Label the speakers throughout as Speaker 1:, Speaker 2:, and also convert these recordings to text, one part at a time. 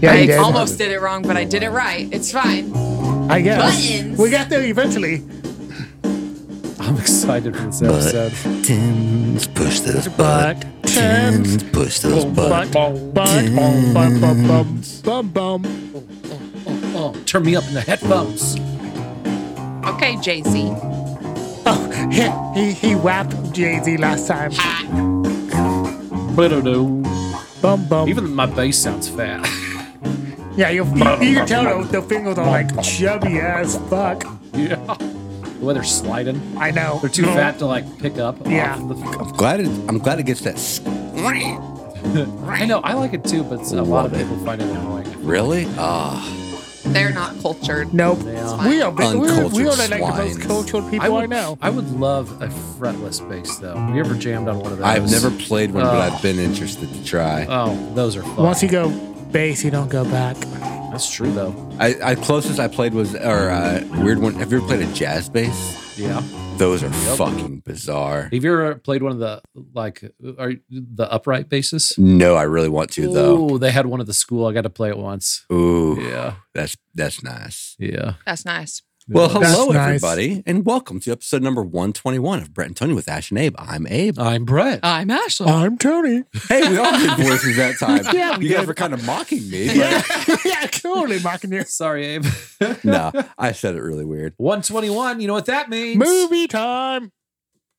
Speaker 1: Yeah, you
Speaker 2: I
Speaker 1: did.
Speaker 2: almost did it wrong, but I did it right. It's fine.
Speaker 1: I guess.
Speaker 2: Buttons.
Speaker 1: We got there eventually.
Speaker 3: I'm excited for this episode.
Speaker 4: Buttons, push those buttons. Push those
Speaker 1: But,
Speaker 4: buttons.
Speaker 1: but, but, bum, bum, bum, bum, bum.
Speaker 3: Oh, turn me up in the headphones.
Speaker 2: Okay, Jay Z.
Speaker 1: Oh, he, he, he whapped Jay Z last time.
Speaker 3: Ba-da-doo.
Speaker 1: Bum, bum.
Speaker 3: Even my bass sounds fat.
Speaker 1: yeah, you, you, you can tell the, the fingers are like chubby as fuck.
Speaker 3: yeah. The way they're sliding.
Speaker 1: I know.
Speaker 3: They're too fat to like pick up. off
Speaker 1: Yeah.
Speaker 3: the-
Speaker 4: I'm glad it, I'm glad it gets that. s-
Speaker 3: I know. I like it too, but a lot of people find it annoying.
Speaker 4: Really? Ah,
Speaker 2: They're not cultured.
Speaker 1: Nope.
Speaker 3: Yeah.
Speaker 1: We are, we, we, we are
Speaker 4: Uncultured
Speaker 1: like the most
Speaker 4: swines.
Speaker 1: cultured people
Speaker 3: I would,
Speaker 1: I know.
Speaker 3: I would love a fretless bass though. Have you ever jammed on one of those?
Speaker 4: I've never played one, but
Speaker 3: Oh.
Speaker 4: I've been interested to try.
Speaker 3: Oh, those are fun.
Speaker 1: Once you go bass, you don't go back.
Speaker 3: That's true though.
Speaker 4: I, I closest I played was or uh, weird one. Have you ever played a jazz bass?
Speaker 3: Yeah.
Speaker 4: Those are fucking bizarre.
Speaker 3: Have you ever played one of the like are the upright basses?
Speaker 4: No, I really want to though.
Speaker 3: Ooh, they had one at the school. I got to play it once.
Speaker 4: Ooh,
Speaker 3: Yeah.
Speaker 4: that's that's nice.
Speaker 3: Yeah.
Speaker 2: That's nice.
Speaker 4: Well, hello
Speaker 1: nice.
Speaker 4: everybody, and welcome to episode number one twenty one of Brett and Tony with Ash and Abe. I'm Abe.
Speaker 3: I'm Brett.
Speaker 2: I'm Ashley.
Speaker 1: I'm Tony.
Speaker 4: hey, we all did voices that time.
Speaker 1: Yeah, we
Speaker 4: you guys
Speaker 1: did.
Speaker 4: were kind of mocking me. But
Speaker 1: yeah, yeah, totally mocking you.
Speaker 3: Sorry, Abe.
Speaker 4: no, I said it really weird.
Speaker 3: 121. You know what that means?
Speaker 1: Movie time.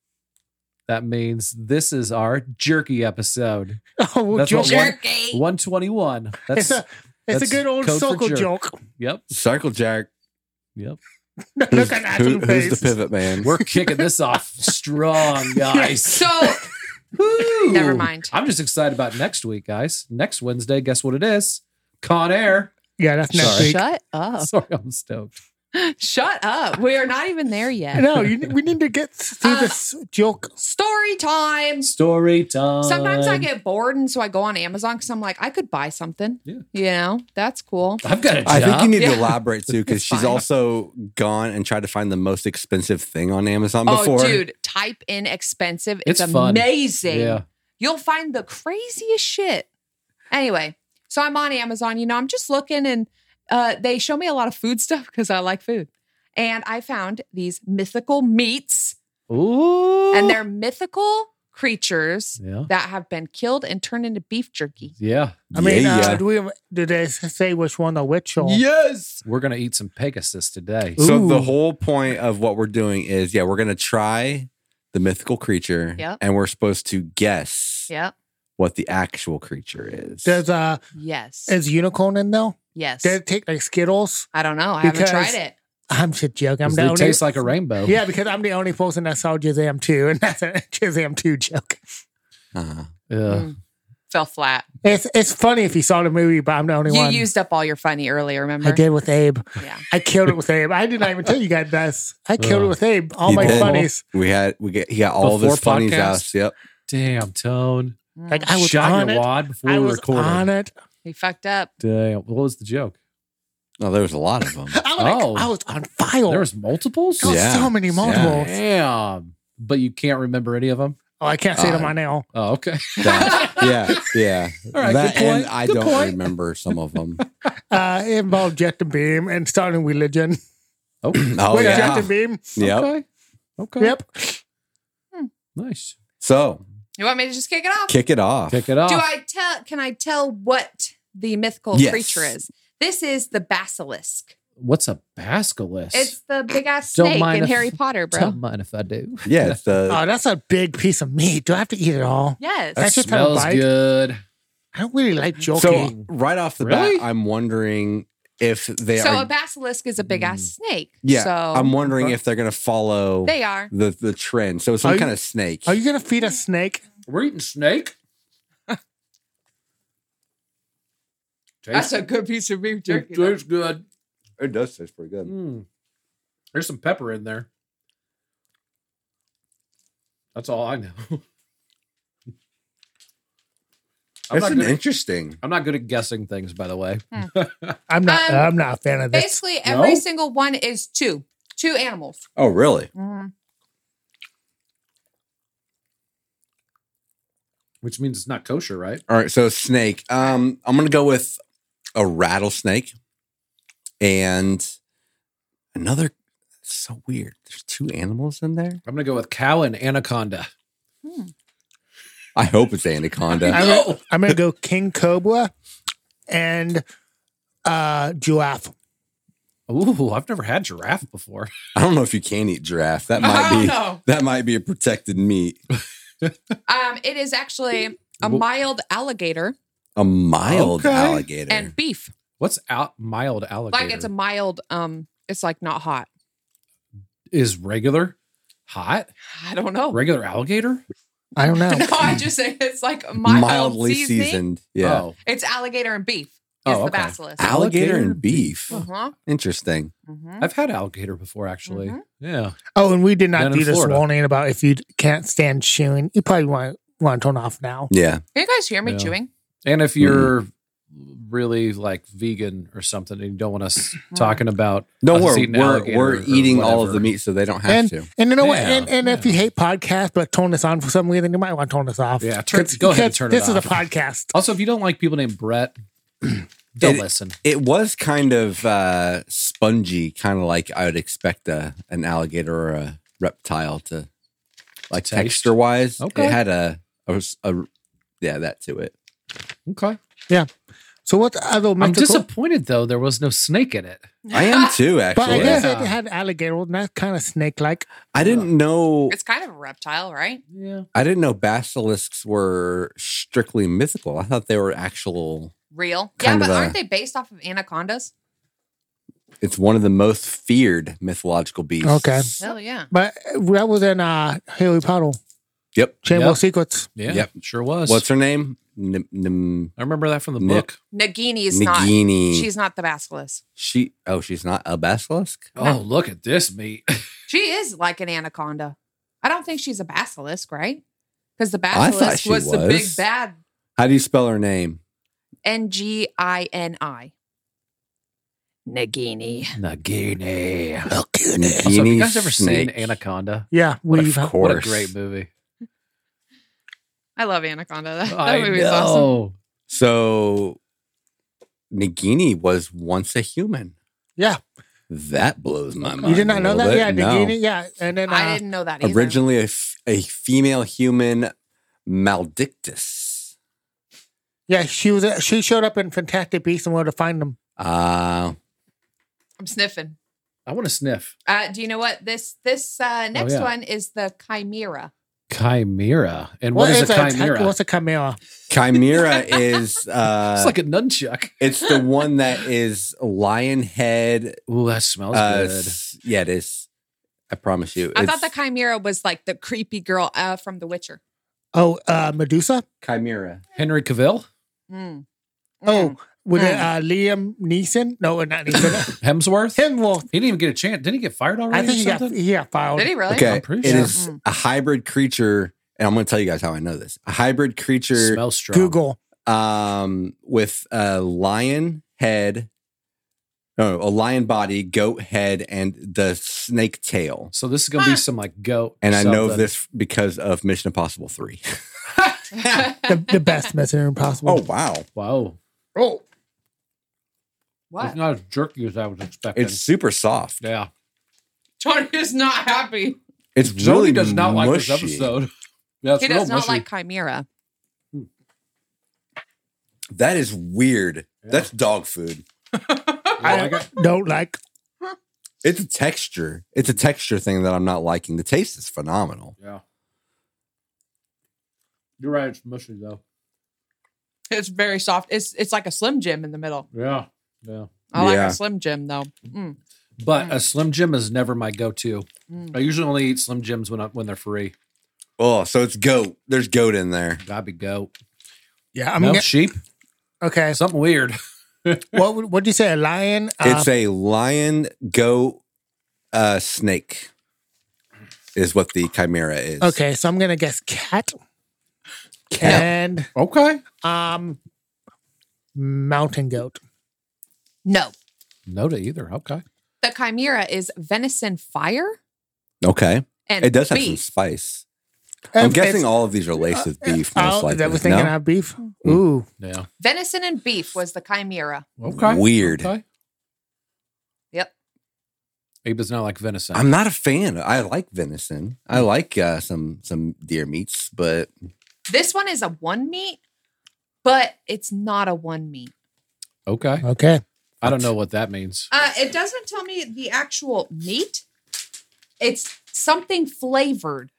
Speaker 3: That means this is our jerky episode.
Speaker 1: Oh, well,
Speaker 3: That's
Speaker 1: joke.
Speaker 3: what one-
Speaker 2: Jerky.
Speaker 3: 121.
Speaker 1: it's
Speaker 3: That's
Speaker 1: a it's a
Speaker 3: that's
Speaker 1: good old
Speaker 3: code for
Speaker 1: circle
Speaker 3: jerk.
Speaker 1: joke.
Speaker 3: yep.
Speaker 4: Circle jerk.
Speaker 3: Yep.
Speaker 1: Look at that
Speaker 4: Who-
Speaker 1: face.
Speaker 4: who's the pivot man?
Speaker 3: We're kicking this off strong, guys.
Speaker 2: So
Speaker 3: Woo!
Speaker 2: Never mind.
Speaker 3: I'm just excited about next week, guys. Next Wednesday, guess what it is? Con Air.
Speaker 1: Yeah, that's next
Speaker 3: Sorry.
Speaker 1: week.
Speaker 2: shut up.
Speaker 3: Sorry, I'm stoked.
Speaker 2: Shut up. We are not even there yet.
Speaker 1: No, you, we need to get through
Speaker 2: Uh,
Speaker 1: this joke.
Speaker 2: Story time.
Speaker 3: Story time.
Speaker 2: Sometimes I get bored, and so I go on Amazon because I'm like, I could buy something.
Speaker 3: Yeah.
Speaker 2: You know, that's cool.
Speaker 3: I've got a job.
Speaker 4: I think you need to
Speaker 2: Yeah.
Speaker 4: elaborate too, because
Speaker 2: It's
Speaker 4: she's
Speaker 2: fine.
Speaker 4: also gone and tried to find the most expensive thing on Amazon before.
Speaker 2: Oh, dude, type in expensive. It's,
Speaker 3: It's fun.
Speaker 2: amazing.
Speaker 3: Yeah.
Speaker 2: You'll find the craziest shit. Anyway, so I'm on Amazon. You know, I'm just looking, and uh, they show me a lot of food stuff because I like food. And I found these mythical meats,
Speaker 3: Ooh.
Speaker 2: and they're mythical creatures
Speaker 3: Yeah.
Speaker 2: that have been killed and turned into beef jerky.
Speaker 3: Yeah.
Speaker 1: I mean,
Speaker 4: Yeah,
Speaker 1: uh,
Speaker 4: yeah.
Speaker 1: do we do they say which one or which one?
Speaker 4: Yes.
Speaker 3: We're going to eat some Pegasus today.
Speaker 4: So
Speaker 1: Ooh.
Speaker 4: the whole point of what we're doing is, yeah, we're gonna try the mythical creature,
Speaker 2: Yep.
Speaker 4: and we're supposed to guess
Speaker 2: Yep.
Speaker 4: what the actual creature is.
Speaker 1: Does uh
Speaker 2: Yes.
Speaker 1: is unicorn in though?
Speaker 2: yes.
Speaker 1: Does it take like Skittles?
Speaker 2: I don't know. I
Speaker 1: Because-
Speaker 2: haven't tried it.
Speaker 1: I'm just joking. I'm
Speaker 3: Does
Speaker 1: the
Speaker 3: it
Speaker 1: only,
Speaker 3: tastes like a rainbow.
Speaker 1: Yeah, because I'm the only person that saw Shazam 2, and that's a Shazam 2 joke.
Speaker 4: uh,
Speaker 3: Yeah.
Speaker 2: Mm. Fell flat.
Speaker 1: It's it's funny if you saw the movie, but I'm the only
Speaker 2: You
Speaker 1: one.
Speaker 2: used up all your funny earlier, remember?
Speaker 1: I did with Abe.
Speaker 2: Yeah.
Speaker 1: I killed it with Abe. I did not even tell you guys this. I killed it
Speaker 3: Ugh.
Speaker 1: with Abe. All
Speaker 4: You
Speaker 1: my
Speaker 4: did.
Speaker 1: funnies.
Speaker 4: we had we get he got all of his
Speaker 3: Before
Speaker 4: funnies
Speaker 3: podcast?
Speaker 4: out. Yep.
Speaker 3: Damn, Tone.
Speaker 2: Mm.
Speaker 1: Like I was
Speaker 3: Shot
Speaker 1: on
Speaker 3: your
Speaker 1: it.
Speaker 3: wad before
Speaker 1: I
Speaker 3: we
Speaker 1: was
Speaker 3: recorded.
Speaker 1: on it.
Speaker 2: He fucked up.
Speaker 3: Damn. What was the joke?
Speaker 4: Oh, there was a lot of them.
Speaker 1: I was, like,
Speaker 3: Oh.
Speaker 1: I was on fire.
Speaker 3: There was multiples?
Speaker 1: God,
Speaker 4: Yeah.
Speaker 1: so many multiples.
Speaker 3: Damn. But you can't remember any of them?
Speaker 1: Oh, I can't say them
Speaker 4: Uh,
Speaker 1: on now.
Speaker 3: Oh, okay.
Speaker 4: That- yeah, yeah.
Speaker 3: All right,
Speaker 4: That-
Speaker 3: good point,
Speaker 4: And I
Speaker 3: good
Speaker 4: don't
Speaker 3: point.
Speaker 4: remember some of them.
Speaker 1: Uh, it involved Justin Beam and starting religion.
Speaker 3: Oh,
Speaker 4: Oh
Speaker 1: Wait,
Speaker 4: yeah.
Speaker 1: Justin Beam.
Speaker 4: Yep.
Speaker 3: Okay. Okay.
Speaker 1: Yep.
Speaker 3: Nice.
Speaker 4: So
Speaker 2: You want me to just kick it off?
Speaker 4: kick it off.
Speaker 3: Kick it off.
Speaker 2: Do I tell can I tell what the mythical
Speaker 4: Yes.
Speaker 2: creature is? This is the basilisk.
Speaker 3: What's a basilisk?
Speaker 2: It's the big ass
Speaker 3: Don't
Speaker 2: snake
Speaker 3: mind
Speaker 2: in
Speaker 3: if-
Speaker 2: Harry Potter, bro.
Speaker 3: Don't mind if I do.
Speaker 4: Yeah, it's uh, the
Speaker 1: Oh, that's a big piece of meat. Do I have to eat it all?
Speaker 2: Yes.
Speaker 1: That's just kind of
Speaker 3: Smells
Speaker 1: bite.
Speaker 3: good.
Speaker 1: I don't really like joking.
Speaker 4: So right off the
Speaker 3: Really?
Speaker 4: bat, I'm wondering if they
Speaker 2: so
Speaker 4: are. Mm.
Speaker 2: a basilisk is a big ass snake.
Speaker 4: yeah,
Speaker 2: So
Speaker 4: I'm wondering if they're going to follow
Speaker 2: they are.
Speaker 4: the the trend. So it's some
Speaker 1: Are you-
Speaker 4: kind of snake.
Speaker 1: Are you gonna feed a snake?
Speaker 3: We're eating snake.
Speaker 2: That's a good piece of beef
Speaker 3: it
Speaker 2: jerky. though.
Speaker 3: tastes good.
Speaker 4: it does taste pretty good.
Speaker 3: Mm. There's some pepper in there. That's all I know. I'm
Speaker 4: That's
Speaker 3: not,
Speaker 4: an
Speaker 3: good at,
Speaker 4: interesting.
Speaker 3: I'm not good at guessing things, by the way.
Speaker 1: I'm not.
Speaker 2: Um,
Speaker 1: I'm not a fan of this.
Speaker 2: Basically, every
Speaker 3: No?
Speaker 2: single one is two. Two animals. Mm.
Speaker 4: Oh, really?
Speaker 3: Which means it's not kosher, right?
Speaker 4: All right. So snake. Um, I'm going to go with a rattlesnake and another. So weird. There's two animals in there.
Speaker 3: I'm gonna go with cow and anaconda.
Speaker 4: I hope it's anaconda.
Speaker 1: I'm gonna, I'm gonna go king cobra and uh giraffe.
Speaker 3: Ooh, I've never had giraffe before.
Speaker 4: I don't know if you can eat giraffe. That
Speaker 2: I
Speaker 4: might
Speaker 2: don't
Speaker 4: be
Speaker 2: know.
Speaker 4: that might be a protected meat.
Speaker 2: Um, it is actually a
Speaker 3: Wh-
Speaker 2: mild alligator
Speaker 4: A mild
Speaker 3: Okay.
Speaker 4: alligator.
Speaker 2: and beef.
Speaker 3: What's out mild alligator?
Speaker 2: Like it's a mild, um, it's like not hot.
Speaker 3: is regular hot?
Speaker 2: I don't know.
Speaker 3: Regular alligator?
Speaker 1: I don't know.
Speaker 2: No, I just say it's like mild
Speaker 4: mildly
Speaker 2: seasoning.
Speaker 4: seasoned. Yeah.
Speaker 3: Oh,
Speaker 2: It's alligator and beef. Is
Speaker 3: Oh,
Speaker 2: the
Speaker 3: okay.
Speaker 2: basilisk.
Speaker 4: Alligator,
Speaker 3: Alligator
Speaker 4: and beef.
Speaker 2: Uh-huh.
Speaker 4: Interesting.
Speaker 2: hmm
Speaker 3: I've had alligator before, actually.
Speaker 2: Mhm.
Speaker 3: Yeah.
Speaker 1: Oh, and we did not
Speaker 3: Down
Speaker 1: do
Speaker 3: in
Speaker 1: this
Speaker 3: Florida.
Speaker 1: warning about if you can't stand chewing, you probably want want to turn off now.
Speaker 4: Yeah.
Speaker 2: Can you guys hear me
Speaker 3: Yeah.
Speaker 2: chewing?
Speaker 3: And
Speaker 4: Mm-hmm.
Speaker 3: if you're really like vegan or something and you don't want us talking about
Speaker 4: Don't
Speaker 3: us
Speaker 4: worry.
Speaker 3: eating
Speaker 4: We're,
Speaker 3: alligator
Speaker 4: we're
Speaker 3: or
Speaker 4: eating all of
Speaker 3: whatever.
Speaker 4: the meat, so they don't have
Speaker 1: And
Speaker 4: to.
Speaker 1: and you know what?
Speaker 3: Yeah,
Speaker 1: And, and if
Speaker 3: yeah.
Speaker 1: you hate podcasts but turn this on for some reason, you might want to turn this off.
Speaker 3: Yeah, turn-
Speaker 1: 'Cause-
Speaker 3: go ahead and
Speaker 1: because
Speaker 3: turn it
Speaker 1: This is
Speaker 3: off.
Speaker 1: a podcast.
Speaker 3: Also, if you don't like people named Brett, don't
Speaker 4: It-
Speaker 3: listen.
Speaker 4: It was kind of uh, spongy, kind of like I would expect a, an alligator or a reptile to, like
Speaker 3: Taste.
Speaker 4: texture wise.
Speaker 3: Okay.
Speaker 4: It had a, a, a- yeah, that to it.
Speaker 3: Okay.
Speaker 1: So what other
Speaker 3: I'm
Speaker 1: mythical?
Speaker 3: disappointed though there was no snake in it.
Speaker 4: I am too,
Speaker 1: but I
Speaker 4: actually.
Speaker 1: guess it
Speaker 3: Yeah.
Speaker 1: had alligator, and that's kind of snake like.
Speaker 4: I didn't know.
Speaker 2: It's kind of a reptile, right?
Speaker 3: Yeah.
Speaker 4: I didn't know basilisks were strictly mythical. I thought they were actual.
Speaker 2: Real.
Speaker 4: Kind
Speaker 2: yeah,
Speaker 4: of
Speaker 2: but
Speaker 4: a-
Speaker 2: aren't they based off of anacondas?
Speaker 4: It's one of the most feared mythological beasts.
Speaker 1: Okay.
Speaker 2: Hell yeah.
Speaker 1: But that was in uh, Harry Potter,
Speaker 4: Yep.
Speaker 1: Chamber
Speaker 3: Yep.
Speaker 1: of Secrets.
Speaker 3: Yeah.
Speaker 4: Yep.
Speaker 3: Sure was.
Speaker 4: What's her name? N- n-
Speaker 3: I remember that from the
Speaker 4: Nip.
Speaker 3: book.
Speaker 2: Nagini is not.
Speaker 4: Nagini.
Speaker 2: She's not the basilisk.
Speaker 4: she. Oh, she's not a basilisk.
Speaker 3: Oh, look at this meat.
Speaker 2: She is like an anaconda. I don't think she's a basilisk, right? Because the
Speaker 4: I thought
Speaker 2: basilisk
Speaker 4: she
Speaker 2: was, the big
Speaker 4: was.
Speaker 2: bad
Speaker 4: How do you spell her name?
Speaker 2: N G I N I. Nagini.
Speaker 3: Nagini.
Speaker 4: Nagini
Speaker 3: Also, have you guys ever seen
Speaker 4: snake.
Speaker 3: Anaconda?
Speaker 1: Yeah,
Speaker 4: Of
Speaker 1: we've
Speaker 4: course.
Speaker 3: What a great movie.
Speaker 2: I love Anaconda. That, that
Speaker 3: I
Speaker 2: movie's
Speaker 3: know.
Speaker 2: awesome.
Speaker 4: So, Nagini was once a human.
Speaker 1: Yeah.
Speaker 4: That blows my mind.
Speaker 1: you did not
Speaker 4: a
Speaker 1: know
Speaker 4: little
Speaker 1: that.
Speaker 4: bit.
Speaker 1: Yeah,
Speaker 4: No.
Speaker 1: Nagini, yeah, and then uh,
Speaker 2: I didn't know that either.
Speaker 4: Originally a, f- a female human, Maldictus.
Speaker 1: yeah, she was she showed up in Fantastic Beasts and where to find them.
Speaker 4: Uh,
Speaker 2: I'm sniffing.
Speaker 3: I want to sniff.
Speaker 2: Uh, do you know what this this
Speaker 4: Oh,
Speaker 2: uh, next
Speaker 3: yeah.
Speaker 2: one is the chimera?
Speaker 3: Chimera. And what is, a chimera?
Speaker 1: what's a chimera?
Speaker 4: Chimera is uh,
Speaker 3: it's like a nunchuck.
Speaker 4: it's the one that is lion head.
Speaker 3: Ooh, that smells
Speaker 4: uh,
Speaker 3: good.
Speaker 4: s- Yeah, it is. I promise you.
Speaker 2: I
Speaker 4: it's
Speaker 2: thought the chimera was like the creepy girl uh, from The Witcher.
Speaker 1: Oh, uh, Medusa.
Speaker 4: chimera.
Speaker 3: Henry Cavill,
Speaker 2: Mm.
Speaker 1: Oh, with it,
Speaker 2: Mm.
Speaker 1: uh, Liam Neeson. No, not Neeson.
Speaker 3: Hemsworth.
Speaker 1: Hemsworth.
Speaker 3: He didn't even get a chance. Didn't he get fired already?
Speaker 1: I think
Speaker 3: or
Speaker 1: he got
Speaker 3: something?
Speaker 1: he got
Speaker 2: Mm.
Speaker 3: oh,
Speaker 1: filed.
Speaker 2: did he really?
Speaker 4: Okay,
Speaker 3: pretty
Speaker 4: it
Speaker 3: sure.
Speaker 4: is a hybrid creature, and I'm going to tell you guys how I know this. A hybrid creature
Speaker 3: Smells strong.
Speaker 1: Google.
Speaker 4: um, with a lion head, no, a lion body, goat head, and the snake tail.
Speaker 3: So this is gonna be some like goat.
Speaker 4: And I know
Speaker 3: something.
Speaker 4: this because of Mission Impossible Three.
Speaker 1: The, the best Mission Impossible.
Speaker 4: Oh, wow,
Speaker 3: Wow,
Speaker 1: oh,
Speaker 2: what?
Speaker 3: it's not as jerky as I was expecting.
Speaker 4: it's super soft.
Speaker 3: yeah.
Speaker 2: Tony is not happy.
Speaker 4: It's
Speaker 3: Jody
Speaker 4: really
Speaker 3: does not like this
Speaker 4: mushy.
Speaker 3: episode. Yeah, it's
Speaker 2: he
Speaker 3: real
Speaker 2: does not
Speaker 3: mushy.
Speaker 2: like chimera.
Speaker 4: That is weird.
Speaker 3: Yeah.
Speaker 4: That's dog food.
Speaker 3: I like it.
Speaker 1: don't like.
Speaker 4: It's a texture. It's a texture thing that I'm not liking. The taste is phenomenal.
Speaker 3: Yeah. You're right. It's mushy though.
Speaker 2: It's very soft. It's it's like a slim jim in the middle.
Speaker 3: Yeah. Yeah.
Speaker 2: I like
Speaker 4: Yeah.
Speaker 2: a slim jim though.
Speaker 3: Hmm.
Speaker 2: Mm.
Speaker 3: But a Slim Jim is never my go-to.
Speaker 2: Mm.
Speaker 3: I usually only eat Slim Jims when I, when they're free.
Speaker 4: Oh, so it's goat. There's goat in there.
Speaker 3: Gotta be goat.
Speaker 1: Yeah,
Speaker 3: i
Speaker 1: I'm
Speaker 3: no
Speaker 1: get-
Speaker 3: sheep.
Speaker 1: okay.
Speaker 3: Something weird.
Speaker 1: What would- what do you say? A lion? Uh,
Speaker 4: it's a lion, goat, uh, snake is what the chimera is.
Speaker 1: Um, okay, so I'm gonna guess cat.
Speaker 4: Cat.
Speaker 1: And
Speaker 3: Okay.
Speaker 1: um, mountain goat.
Speaker 2: No,
Speaker 3: No to either. Okay.
Speaker 2: the chimera is venison fire
Speaker 4: Okay.
Speaker 2: and
Speaker 4: It does have some
Speaker 2: beef.
Speaker 4: spice. I'm
Speaker 1: If
Speaker 4: guessing
Speaker 1: it's-
Speaker 4: all of
Speaker 3: uh,
Speaker 4: these are laced with beef, most
Speaker 1: Oh,
Speaker 4: likely.
Speaker 1: that was thinking
Speaker 4: No?
Speaker 1: about beef.
Speaker 4: Mm.
Speaker 1: Ooh,
Speaker 3: Yeah.
Speaker 2: Venison and beef was the chimera.
Speaker 3: Okay.
Speaker 4: Weird.
Speaker 3: Okay.
Speaker 2: Yep.
Speaker 3: He does not like venison.
Speaker 4: I'm not a fan. I like venison. I like uh, some some deer meats, but
Speaker 2: This one is a one meat, but it's not a one meat.
Speaker 3: okay.
Speaker 1: okay.
Speaker 3: I don't know what that means.
Speaker 2: Uh, it doesn't tell me the actual meat. It's something flavored.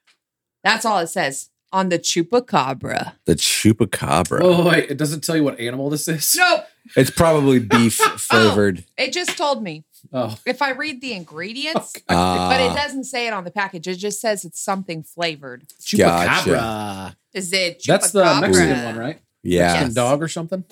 Speaker 2: That's all it says on the chupacabra.
Speaker 4: the chupacabra.
Speaker 3: Oh wait, it doesn't tell you what animal this is.
Speaker 2: No,
Speaker 4: It's probably beef flavored.
Speaker 2: it just told me.
Speaker 3: Oh,
Speaker 2: If I read the ingredients,
Speaker 4: Ah,
Speaker 2: but it doesn't say it on the package. It just says it's something flavored.
Speaker 4: Gotcha.
Speaker 3: chupacabra.
Speaker 2: Is it?
Speaker 3: That's the
Speaker 2: chupacabra?
Speaker 3: Mexican one, right?
Speaker 4: yeah.
Speaker 3: Mexican
Speaker 2: Yes.
Speaker 3: dog or something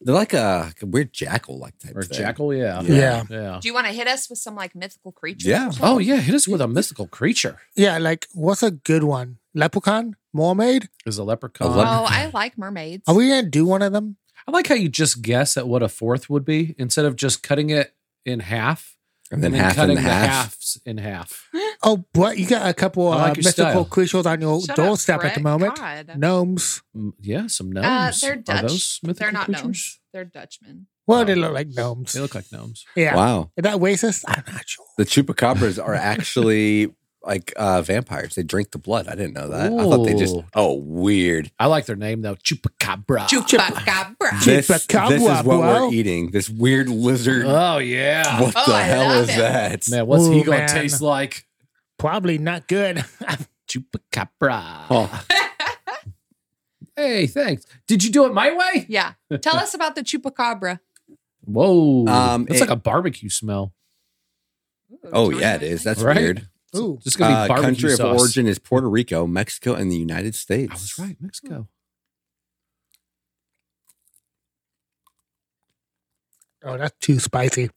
Speaker 4: They're like a weird jackal like type
Speaker 3: or
Speaker 4: thing.
Speaker 3: jackal? Yeah.
Speaker 4: Yeah.
Speaker 1: Yeah.
Speaker 3: Yeah.
Speaker 2: Do you want to hit us with some like mythical creatures?
Speaker 4: Yeah.
Speaker 2: or something?
Speaker 3: Oh yeah, hit us with a mystical creature.
Speaker 1: Yeah, like what's a good one? Leprechaun, mermaid.
Speaker 3: Is a leprechaun.
Speaker 4: A
Speaker 2: Oh,
Speaker 4: leprechaun.
Speaker 2: I like mermaids.
Speaker 1: Are we gonna do one of them?
Speaker 3: I like how you just guess at what a fourth would be instead of just cutting it in half
Speaker 4: And then half
Speaker 3: cutting
Speaker 4: and half.
Speaker 3: the halves in half.
Speaker 1: Oh, but you got a couple
Speaker 3: I like
Speaker 1: uh,
Speaker 3: your
Speaker 1: mythical
Speaker 3: style.
Speaker 1: creatures on your
Speaker 2: Shut up,
Speaker 1: doorstep at the
Speaker 2: Brett.
Speaker 1: moment.
Speaker 2: God.
Speaker 1: Gnomes.
Speaker 3: Mm, Yeah, some gnomes.
Speaker 2: Uh, they're Dutch.
Speaker 3: Are those mythical
Speaker 2: They're not
Speaker 3: creatures?
Speaker 2: gnomes. They're Dutchmen.
Speaker 1: Well,
Speaker 3: Oh.
Speaker 1: they look like gnomes.
Speaker 3: They look like gnomes.
Speaker 1: yeah.
Speaker 4: Um, Wow.
Speaker 1: Is that racist? I'm not sure.
Speaker 4: The chupacabras are actually like uh, vampires. They drink the blood. I didn't know that. I thought they just.
Speaker 3: Ooh.
Speaker 4: Oh, weird.
Speaker 3: I like their name though, Chupacabra.
Speaker 2: Chupacabra.
Speaker 4: This, this is
Speaker 1: Chupacabra,
Speaker 4: what
Speaker 1: bro.
Speaker 4: we're eating. This weird lizard.
Speaker 3: Oh yeah.
Speaker 4: what
Speaker 2: Oh,
Speaker 4: the
Speaker 2: I
Speaker 4: hell
Speaker 2: love
Speaker 4: is
Speaker 2: it.
Speaker 4: that?
Speaker 3: Man, what's he
Speaker 1: Ooh,
Speaker 3: gonna
Speaker 1: man.
Speaker 3: taste like?
Speaker 1: Probably not good.
Speaker 3: Chupacabra.
Speaker 4: Oh,
Speaker 3: Hey, thanks. Did you do it my way?
Speaker 2: yeah. Tell us about the chupacabra.
Speaker 3: Whoa.
Speaker 4: Um,
Speaker 3: it's
Speaker 4: it-
Speaker 3: like a barbecue smell.
Speaker 4: oh yeah, it is. That's
Speaker 3: Right?
Speaker 4: weird.
Speaker 1: Ooh.
Speaker 3: Just gonna be
Speaker 4: Uh,
Speaker 3: barbecue
Speaker 4: country
Speaker 3: sauce. Mm.
Speaker 4: of origin is Puerto Rico, Mexico, and the United States.
Speaker 3: I was right, Mexico.
Speaker 1: Oh, that's too spicy.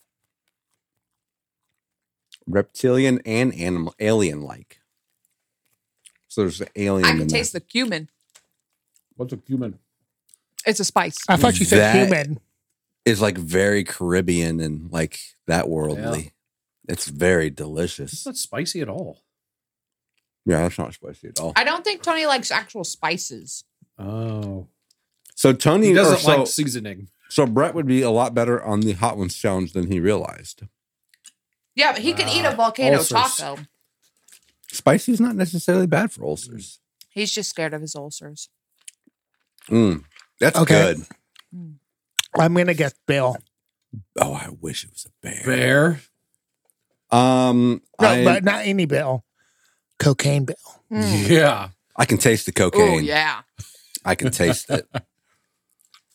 Speaker 4: Reptilian and animal, alien-like. So there's an alien.
Speaker 2: I
Speaker 4: in
Speaker 2: can
Speaker 4: there.
Speaker 2: taste the cumin.
Speaker 3: What's a cumin?
Speaker 2: It's a spice.
Speaker 1: I thought you said
Speaker 4: That-
Speaker 1: human.
Speaker 4: is like very Caribbean and like that worldly. It's very
Speaker 3: It's
Speaker 4: delicious.
Speaker 3: not spicy at all.
Speaker 4: Yeah, that's not spicy at all.
Speaker 2: I don't think Tony likes actual spices.
Speaker 3: Oh.
Speaker 4: So Tony
Speaker 3: He
Speaker 4: or
Speaker 3: doesn't
Speaker 4: so,
Speaker 3: like seasoning.
Speaker 4: so Brett would be a lot better on the hot ones challenge than he realized.
Speaker 2: Yeah, but he could eat a
Speaker 3: Ah,
Speaker 2: volcano
Speaker 3: ulcers.
Speaker 2: taco.
Speaker 4: Spicy is not necessarily bad
Speaker 3: Mm.
Speaker 4: for ulcers.
Speaker 2: He's just scared of his ulcers.
Speaker 4: Mm, that's
Speaker 1: Okay.
Speaker 4: good.
Speaker 1: I'm gonna guess Bill.
Speaker 4: Oh, I wish it was a bear.
Speaker 3: Bear.
Speaker 4: Um,
Speaker 1: No,
Speaker 4: I,
Speaker 1: but not any Bill. Cocaine Bill.
Speaker 2: Mm.
Speaker 3: Yeah.
Speaker 4: I can taste the
Speaker 2: Oh
Speaker 4: cocaine.
Speaker 2: yeah.
Speaker 4: I can taste it.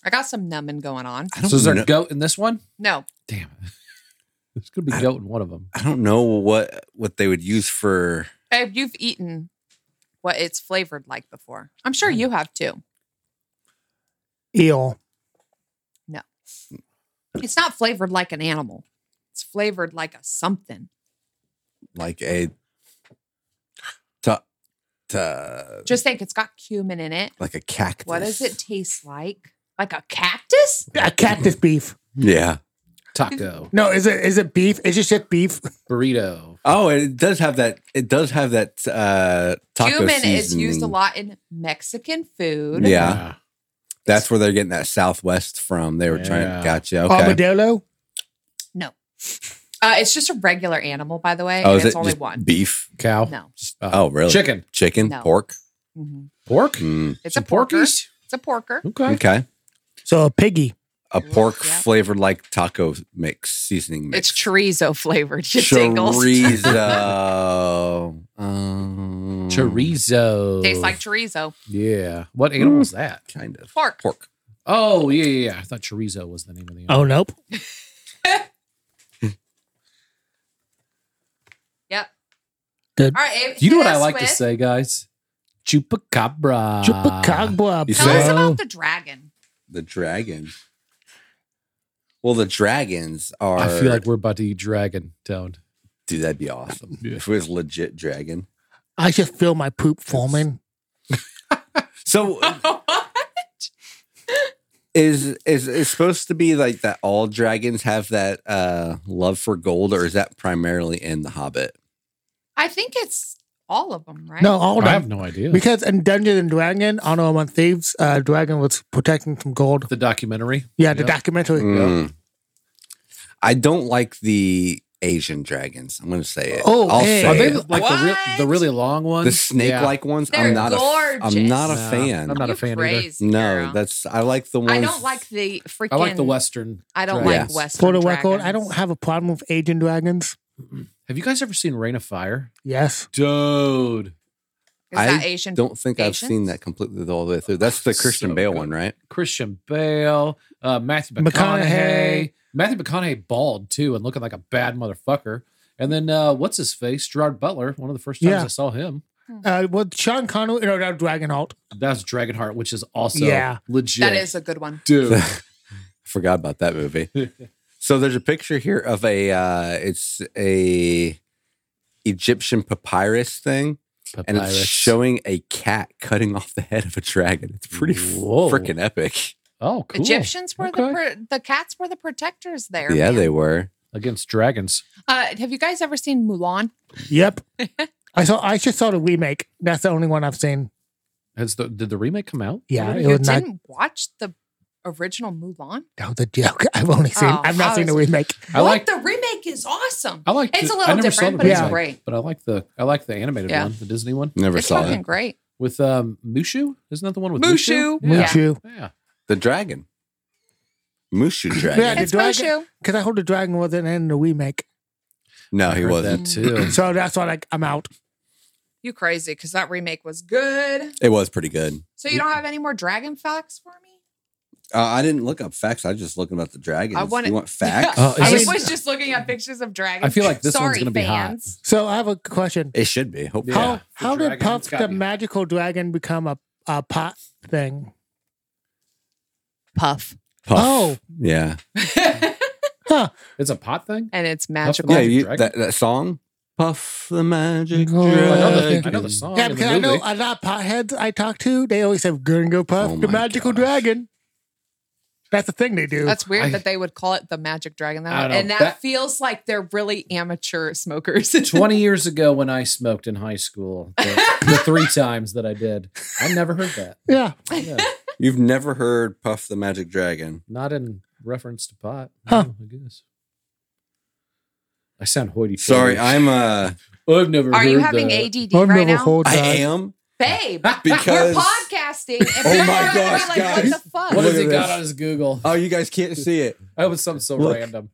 Speaker 2: I got some numbing going on.
Speaker 4: I don't
Speaker 3: So is there
Speaker 4: know,
Speaker 3: goat in this one?
Speaker 2: No.
Speaker 3: Damn it. There's gonna be
Speaker 4: I-
Speaker 3: goat in one of them.
Speaker 4: I don't know what what they would use for.
Speaker 2: Babe, you've eaten what it's flavored like before. I'm sure you have too.
Speaker 1: Eel.
Speaker 2: It's not flavored like an animal. It's flavored like a something.
Speaker 4: like a to, to
Speaker 2: Just think it's got cumin in it.
Speaker 4: like a cactus.
Speaker 2: What does it taste like? Like a cactus?
Speaker 1: A cactus beef.
Speaker 4: Yeah.
Speaker 3: Taco.
Speaker 1: No, is it is it beef? Is it just beef?
Speaker 3: Burrito.
Speaker 4: Oh, it does have that. It does have that uh, taco
Speaker 2: cumin is
Speaker 4: seasoning.
Speaker 2: used a lot in Mexican food.
Speaker 4: Yeah. That's where they're getting that Southwest from. They were
Speaker 3: Yeah.
Speaker 4: trying. Gotcha. Okay.
Speaker 1: Armadillo?
Speaker 2: Uh, it's just a regular animal, by the way,
Speaker 4: oh,
Speaker 2: and
Speaker 4: is
Speaker 2: it's
Speaker 4: it
Speaker 2: only
Speaker 4: just
Speaker 2: one.
Speaker 4: beef?
Speaker 3: Cow.
Speaker 2: No.
Speaker 4: Oh, really?
Speaker 3: Chicken.
Speaker 4: Chicken,
Speaker 2: No.
Speaker 4: pork.
Speaker 2: Mhm.
Speaker 3: Pork.
Speaker 4: Mm,
Speaker 2: It's
Speaker 3: Some
Speaker 2: a porker.
Speaker 3: porkies?
Speaker 2: It's a porker.
Speaker 3: Okay.
Speaker 4: okay.
Speaker 1: So a piggy.
Speaker 4: A pork
Speaker 2: Yeah.
Speaker 4: flavored like taco mix seasoning mix.
Speaker 2: It's chorizo flavored. You tingles.
Speaker 4: chorizo. um,
Speaker 3: Chorizo.
Speaker 2: Tastes like chorizo.
Speaker 3: Yeah. What animal is that?
Speaker 4: Kind of
Speaker 2: Pork.
Speaker 4: pork.
Speaker 3: Oh, yeah, yeah, yeah. I thought chorizo was the name of the animal.
Speaker 1: Oh nope.
Speaker 2: Yep.
Speaker 1: Good.
Speaker 2: All right. Abe,
Speaker 3: you know
Speaker 2: hit
Speaker 3: what I
Speaker 2: us
Speaker 3: like to
Speaker 2: Oh. with-
Speaker 3: say, guys? Chupacabra.
Speaker 1: Chupacabra.
Speaker 4: Ah. You
Speaker 2: Tell us
Speaker 4: So-
Speaker 2: about the dragon.
Speaker 4: The dragon. Well, the dragons are.
Speaker 3: I feel like we're about to eat dragon down.
Speaker 4: dude, that'd be awesome.
Speaker 3: Yeah.
Speaker 4: If it was legit dragon.
Speaker 1: I just feel my poop forming.
Speaker 4: So
Speaker 3: Oh,
Speaker 4: is is is supposed to be like that? All dragons have that uh love for gold, or is that primarily in the Hobbit?
Speaker 2: I think it's all of them, right?
Speaker 1: No, all
Speaker 3: I have
Speaker 1: done.
Speaker 3: no idea.
Speaker 1: Because in Dungeon and Dragon, Honor Among Thieves, uh, Dragon was protecting from gold.
Speaker 3: the documentary.
Speaker 1: Yeah, the
Speaker 3: Yeah.
Speaker 1: documentary.
Speaker 4: Mm. I don't like the Asian dragons. I'm going to say it.
Speaker 1: Oh,
Speaker 4: I'll
Speaker 1: hey.
Speaker 4: say
Speaker 3: Are they
Speaker 4: it.
Speaker 3: like the, real,
Speaker 2: What?
Speaker 3: the really long ones?
Speaker 4: the snake-like ones.
Speaker 2: They're
Speaker 4: I'm not a.
Speaker 2: gorgeous.
Speaker 4: I'm not a
Speaker 3: No,
Speaker 4: fan.
Speaker 3: I'm not
Speaker 2: You
Speaker 3: a fan either.
Speaker 2: crazy
Speaker 4: no,
Speaker 2: girl.
Speaker 4: that's I like the ones.
Speaker 2: I don't like the freaking.
Speaker 3: I like the Western.
Speaker 2: I don't like
Speaker 4: dragons. Yes.
Speaker 2: Western.
Speaker 1: For the record, I
Speaker 2: dragons.
Speaker 1: don't have a problem with Asian dragons.
Speaker 3: Have you guys ever seen Rain of Fire?
Speaker 1: Yes.
Speaker 3: Dude.
Speaker 2: Is that
Speaker 4: I
Speaker 2: Asian?
Speaker 4: Don't think I've seen
Speaker 2: Asians?
Speaker 4: that completely all the way through. That's the Christian
Speaker 3: So
Speaker 4: Bale
Speaker 3: good.
Speaker 4: one, right?
Speaker 3: Christian Bale, uh, Matthew McConaughey.
Speaker 1: McConaughey.
Speaker 3: Matthew McConaughey bald too and looking like a bad motherfucker. And then uh, what's his face? Gerard Butler. One of the first times
Speaker 1: Yeah.
Speaker 3: I saw him.
Speaker 1: Uh, well, Sean Connery, no, no, Dragonheart.
Speaker 3: That's Dragonheart, which is also
Speaker 1: Yeah.
Speaker 3: legit.
Speaker 2: That is a good one.
Speaker 3: dude.
Speaker 4: I forgot about that movie. So there's a picture here of a uh it's a Egyptian papyrus thing and
Speaker 3: Papyrus.
Speaker 4: it's showing a cat cutting off the head of a dragon. It's pretty
Speaker 3: Whoa.
Speaker 4: freaking epic.
Speaker 3: oh cool
Speaker 2: Egyptians were the
Speaker 3: Okay.
Speaker 2: pro- the cats were the protectors there.
Speaker 4: yeah,
Speaker 2: man.
Speaker 4: they were.
Speaker 3: against dragons.
Speaker 2: Uh, have you guys ever seen Mulan?
Speaker 1: Yep. I saw. I just saw the remake. That's the only one I've seen.
Speaker 3: Has the did the remake come out?
Speaker 1: Yeah,
Speaker 3: already?
Speaker 1: it
Speaker 2: You
Speaker 1: was not-
Speaker 2: didn't watch the original Mulan.
Speaker 1: That was a joke. I've only seen.
Speaker 2: Oh,
Speaker 1: I've not
Speaker 2: I
Speaker 1: seen the
Speaker 2: was-
Speaker 1: remake.
Speaker 3: I
Speaker 2: what?
Speaker 3: like
Speaker 2: the remake is awesome.
Speaker 3: I like
Speaker 2: it's
Speaker 3: the-
Speaker 2: a
Speaker 3: I
Speaker 2: little
Speaker 3: never saw
Speaker 2: different,
Speaker 3: the
Speaker 2: but it's
Speaker 1: remake.
Speaker 2: great.
Speaker 3: but I like the I like the animated
Speaker 2: Yeah.
Speaker 3: one, the Disney one
Speaker 4: Never
Speaker 2: It's
Speaker 4: saw
Speaker 2: fucking
Speaker 4: it.
Speaker 2: great.
Speaker 3: with um Mushu. Isn't that the one with
Speaker 2: Mushu.
Speaker 3: Mushu?
Speaker 2: Yeah.
Speaker 1: Mushu.
Speaker 3: Yeah.
Speaker 4: The dragon. Mushu
Speaker 1: Yeah,
Speaker 4: dragon.
Speaker 1: the
Speaker 2: It's
Speaker 1: dragon-
Speaker 2: Mushu.
Speaker 1: Because I heard the dragon wasn't in the remake,
Speaker 4: no,
Speaker 3: I
Speaker 4: Oh, he
Speaker 3: heard
Speaker 4: wasn't.
Speaker 3: That too.
Speaker 1: so that's why like I'm out.
Speaker 2: You crazy? Because that remake was good.
Speaker 4: It was pretty good.
Speaker 2: So you don't have any more dragon facts for me?
Speaker 4: Uh, I didn't look up facts. I was just looking about the dragons.
Speaker 2: I wanted-
Speaker 4: you want facts?
Speaker 3: Oh, is
Speaker 2: I
Speaker 3: this-
Speaker 2: was just looking at pictures of dragons.
Speaker 3: I feel like this
Speaker 2: Sorry,
Speaker 3: one's gonna be hot.
Speaker 2: fans.
Speaker 1: So I have a question.
Speaker 4: it should be. Hopefully.
Speaker 3: Yeah.
Speaker 1: how
Speaker 3: the
Speaker 1: how did
Speaker 3: dragon,
Speaker 1: Puff
Speaker 3: it's gotta
Speaker 1: the
Speaker 3: be-
Speaker 1: magical dragon become a a pot thing?
Speaker 2: Puff.
Speaker 4: Puff.
Speaker 1: Oh.
Speaker 4: Yeah.
Speaker 2: and
Speaker 1: Huh.
Speaker 3: It's a pot thing?
Speaker 2: it's magical.
Speaker 3: magical.
Speaker 4: Yeah,
Speaker 3: Magic
Speaker 4: you,
Speaker 3: Dragon?
Speaker 4: that, that song? Puff the Magic
Speaker 1: Oh, I
Speaker 4: Dragon.
Speaker 1: know the-
Speaker 3: I know the song.
Speaker 1: yeah,
Speaker 3: Oh, in the
Speaker 1: because I know
Speaker 3: movie.
Speaker 1: a lot of potheads I talk to, they always have Gringo Puff,
Speaker 4: Oh
Speaker 1: the
Speaker 4: my
Speaker 1: magical
Speaker 4: gosh.
Speaker 1: dragon. That's the thing they do.
Speaker 2: That's weird
Speaker 3: I-
Speaker 2: that they would call it the magic dragon.
Speaker 3: I
Speaker 2: That
Speaker 3: don't know.
Speaker 2: and that,
Speaker 3: That-
Speaker 2: feels like they're really amateur smokers.
Speaker 3: 20 years ago when I smoked in high school, the, the three times that I did, I never heard that.
Speaker 1: yeah.
Speaker 3: No,
Speaker 4: You've never heard Puff the Magic Dragon.
Speaker 3: not in reference to pot.
Speaker 1: Huh.
Speaker 3: No, I guess. I sound hoity.
Speaker 4: Sorry, I'm uh
Speaker 3: I've never.
Speaker 2: Are you
Speaker 3: heard
Speaker 2: having
Speaker 3: that.
Speaker 2: ADD
Speaker 1: I've
Speaker 2: right
Speaker 1: never
Speaker 2: now?
Speaker 1: hold
Speaker 4: I
Speaker 1: on.
Speaker 4: am.
Speaker 2: Babe,
Speaker 4: Because-
Speaker 2: we're podcasting. And
Speaker 4: Oh
Speaker 2: people
Speaker 4: my
Speaker 2: are gonna be
Speaker 4: gosh,
Speaker 2: like,
Speaker 4: guys.
Speaker 2: What the fuck?
Speaker 3: What
Speaker 4: Look
Speaker 3: has
Speaker 4: at
Speaker 3: he got
Speaker 4: this.
Speaker 3: on his Google?
Speaker 4: Oh, you guys can't see it.
Speaker 3: I was something so
Speaker 4: Look.
Speaker 3: random.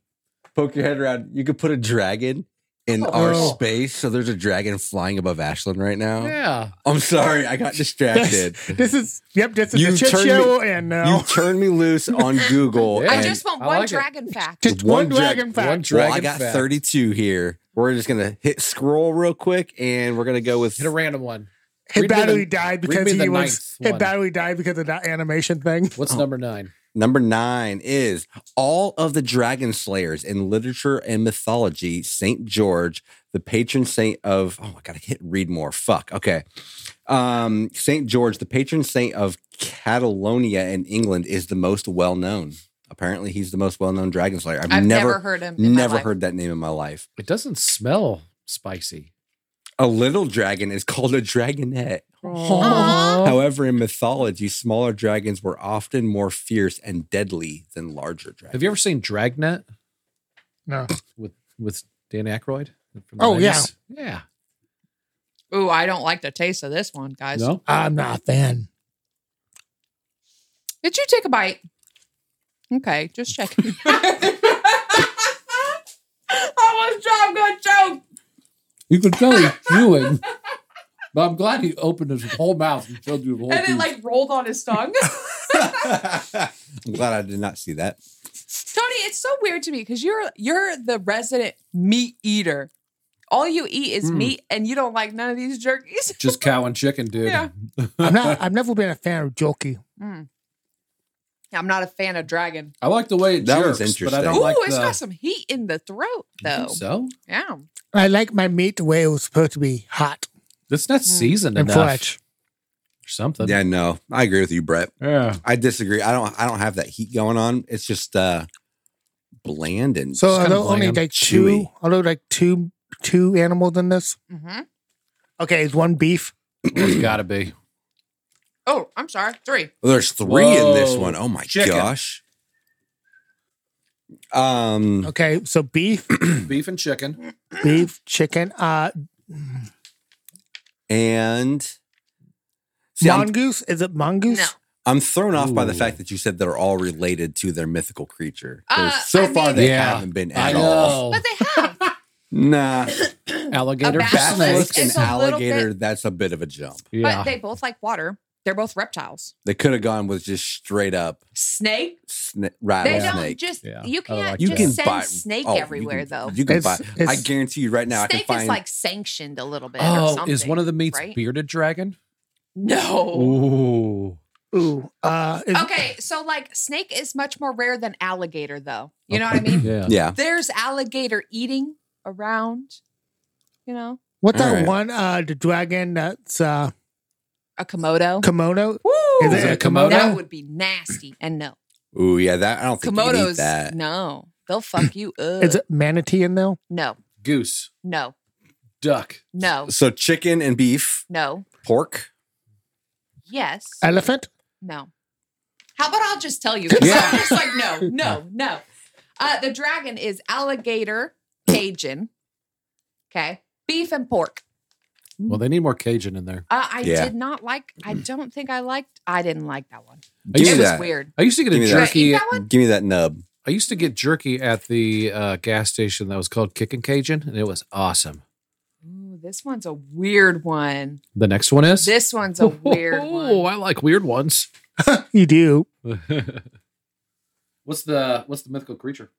Speaker 4: Poke your head around. You could put a dragon in our
Speaker 1: Oh.
Speaker 4: space. So there's a dragon flying above Ashland right now.
Speaker 3: Yeah.
Speaker 4: I'm sorry, I got distracted.
Speaker 1: This is yep. This is
Speaker 4: You
Speaker 1: the shit
Speaker 4: turned
Speaker 1: show, and now
Speaker 4: You turned me loose on Google.
Speaker 3: Yeah.
Speaker 2: I
Speaker 4: and-
Speaker 2: just want
Speaker 3: I
Speaker 2: one
Speaker 3: like it.
Speaker 2: dragon fact.
Speaker 1: just
Speaker 4: one
Speaker 1: one,
Speaker 4: drag-
Speaker 1: dragon
Speaker 3: One
Speaker 1: fact.
Speaker 3: dragon.
Speaker 4: well, I got
Speaker 3: fact.
Speaker 4: 32 here. We're just gonna hit scroll real quick, and we're gonna go with
Speaker 3: Hit a random one.
Speaker 1: His
Speaker 3: Read me the-
Speaker 1: battery died
Speaker 3: read
Speaker 1: because
Speaker 3: me the
Speaker 1: he
Speaker 3: ninth
Speaker 1: was. His
Speaker 3: one.
Speaker 1: battery died because of that animation thing.
Speaker 3: What's
Speaker 4: Oh.
Speaker 3: number nine?
Speaker 4: Number nine is all of the dragon slayers in literature and mythology. Saint George, the patron saint of oh, I gotta hit read more. Fuck. Okay. Um, Saint George, the patron saint of Catalonia in England, is the most well known. Apparently, he's the most well known dragon slayer. I've,
Speaker 2: I've never,
Speaker 4: never,
Speaker 2: heard him. in my
Speaker 4: never
Speaker 2: life.
Speaker 4: heard that name in my life.
Speaker 3: It doesn't smell spicy.
Speaker 4: A little dragon is called a dragonette.
Speaker 3: Oh.
Speaker 2: Aw.
Speaker 4: However, in mythology, smaller dragons were often more fierce and deadly than larger dragons.
Speaker 3: Have you ever seen Dragnet
Speaker 1: No.
Speaker 3: with with Dan Aykroyd? from the
Speaker 1: Oh, yeah.
Speaker 3: 90s? yeah.
Speaker 2: Ooh, I don't like the taste of this one, guys.
Speaker 3: No,
Speaker 1: I'm not a fan.
Speaker 2: Did you take a bite? Okay, just checking. Almost dropped good joke.
Speaker 3: you could tell he's chewing. But I'm glad he opened his whole mouth and showed you the whole
Speaker 2: And it
Speaker 3: piece.
Speaker 2: like rolled on his tongue.
Speaker 4: I'm glad I did not see that.
Speaker 2: Tony, it's so weird to me because you're you're the resident meat eater. All you eat is
Speaker 3: Mm.
Speaker 2: meat, and you don't like none of these jerkies.
Speaker 3: just cow and chicken, dude.
Speaker 2: Yeah.
Speaker 1: I'm not. I've never been a fan of jokey.
Speaker 2: Mm. I'm not a fan of dragon.
Speaker 3: I like the way it
Speaker 4: That
Speaker 3: jerks,
Speaker 4: was
Speaker 3: but I
Speaker 4: interesting.
Speaker 3: don't
Speaker 2: Ooh,
Speaker 3: like
Speaker 2: it's
Speaker 3: the.
Speaker 2: got some heat in the throat,
Speaker 3: You
Speaker 2: though.
Speaker 3: think So
Speaker 2: Yeah.
Speaker 1: I like my meat the way it was supposed to be hot
Speaker 3: it's
Speaker 2: Hmm.
Speaker 3: not seasoned
Speaker 1: and
Speaker 3: enough
Speaker 1: fresh.
Speaker 3: or something.
Speaker 4: yeah, no, I agree with you, Brett.
Speaker 3: Yeah.
Speaker 4: I disagree. I don't. I don't have that heat going on. It's just uh bland and
Speaker 1: So
Speaker 3: Just
Speaker 1: are
Speaker 3: kinda
Speaker 1: there only
Speaker 3: bland,
Speaker 1: like two?
Speaker 4: chewy.
Speaker 1: Are there like two two animals in this?
Speaker 2: hmm
Speaker 1: Okay, is one beef?
Speaker 3: It's got to be.
Speaker 2: Oh, I'm sorry. Three.
Speaker 4: There's three in this
Speaker 3: Whoa.
Speaker 4: one. Oh my
Speaker 3: Chicken.
Speaker 4: gosh. Um,
Speaker 1: Okay, so beef,
Speaker 3: Beef and chicken.
Speaker 1: beef, chicken, uh,
Speaker 4: and see, I'm,
Speaker 1: mongoose. Is it mongoose?
Speaker 2: No.
Speaker 4: I'm thrown off by the
Speaker 3: Ooh.
Speaker 4: fact that you said they're all related to their mythical creature. 'Cause
Speaker 2: Uh,
Speaker 4: so
Speaker 2: I
Speaker 4: far,
Speaker 2: mean-
Speaker 4: they
Speaker 3: Yeah.
Speaker 4: haven't been
Speaker 3: I
Speaker 4: at all.
Speaker 3: know.
Speaker 2: But they have.
Speaker 4: Nah,
Speaker 3: Alligator
Speaker 2: A basilisk.
Speaker 3: basilisk.
Speaker 4: basilisk and
Speaker 2: It's a little
Speaker 4: alligator. That's a bit of a jump.
Speaker 3: Yeah.
Speaker 2: But they both like water. They're both reptiles.
Speaker 4: They could have gone with just straight up
Speaker 2: Snake.
Speaker 4: sna-
Speaker 2: They don't
Speaker 4: rattlesnake.
Speaker 2: just.
Speaker 3: Yeah, I
Speaker 2: You can't
Speaker 3: like
Speaker 4: You
Speaker 2: just
Speaker 3: that.
Speaker 4: can
Speaker 2: send
Speaker 4: buy
Speaker 2: snake
Speaker 4: oh, you
Speaker 2: everywhere
Speaker 4: can-
Speaker 2: though.
Speaker 4: You can
Speaker 1: It's-
Speaker 4: buy. I
Speaker 1: it's-
Speaker 4: guarantee you right now. I
Speaker 2: snake
Speaker 4: can find
Speaker 2: is like sanctioned a little bit. or
Speaker 3: Oh,
Speaker 2: something,
Speaker 3: is one of the meats
Speaker 2: right?
Speaker 3: bearded dragon?
Speaker 2: No.
Speaker 3: Ooh.
Speaker 1: Ooh, uh, is,
Speaker 2: Okay, so like snake is much more rare than alligator, though. You know what I mean?
Speaker 3: Yeah.
Speaker 4: Yeah.
Speaker 2: There's alligator eating around. You know,
Speaker 1: What that
Speaker 4: Alright.
Speaker 1: one? Uh, the dragon that's uh,
Speaker 2: a komodo.
Speaker 1: kimono.
Speaker 2: Woo!
Speaker 1: Is
Speaker 3: Is
Speaker 1: it
Speaker 3: it
Speaker 1: a
Speaker 3: a komodo?
Speaker 2: That would be nasty. And no,
Speaker 4: Ooh, yeah. That I don't think you can eat
Speaker 2: komodos.
Speaker 4: that.
Speaker 2: No, they'll fuck you up.
Speaker 1: Is it manatee in there?
Speaker 2: no,
Speaker 3: Goose.
Speaker 2: no,
Speaker 3: Duck.
Speaker 2: no,
Speaker 4: So chicken and beef,
Speaker 2: no.
Speaker 4: pork.
Speaker 2: Yes.
Speaker 1: Elephant?
Speaker 2: No. How about I'll just tell you? 'Cause
Speaker 4: Yeah.
Speaker 2: I'm just like, no, no, no. Uh, the dragon is alligator, Cajun. Okay. Beef and pork.
Speaker 3: Well, they need more Cajun in there.
Speaker 2: Uh, I
Speaker 4: Yeah.
Speaker 2: did not like, I don't think I liked, I didn't like that one.
Speaker 4: Give
Speaker 2: it
Speaker 4: me
Speaker 2: was
Speaker 4: that.
Speaker 2: weird.
Speaker 3: I used to get
Speaker 4: Give
Speaker 3: a
Speaker 4: me that.
Speaker 2: Did I eat
Speaker 3: jerky.
Speaker 2: that one?
Speaker 4: Give me that nub.
Speaker 3: I used to get jerky at the uh, gas station that was called Kickin' Cajun, and it was awesome.
Speaker 2: Ooh, this one's a weird one.
Speaker 3: The next one is
Speaker 2: This one's a weird
Speaker 3: Oh,
Speaker 2: one.
Speaker 3: I like weird ones.
Speaker 1: You do.
Speaker 3: what's the what's the mythical creature?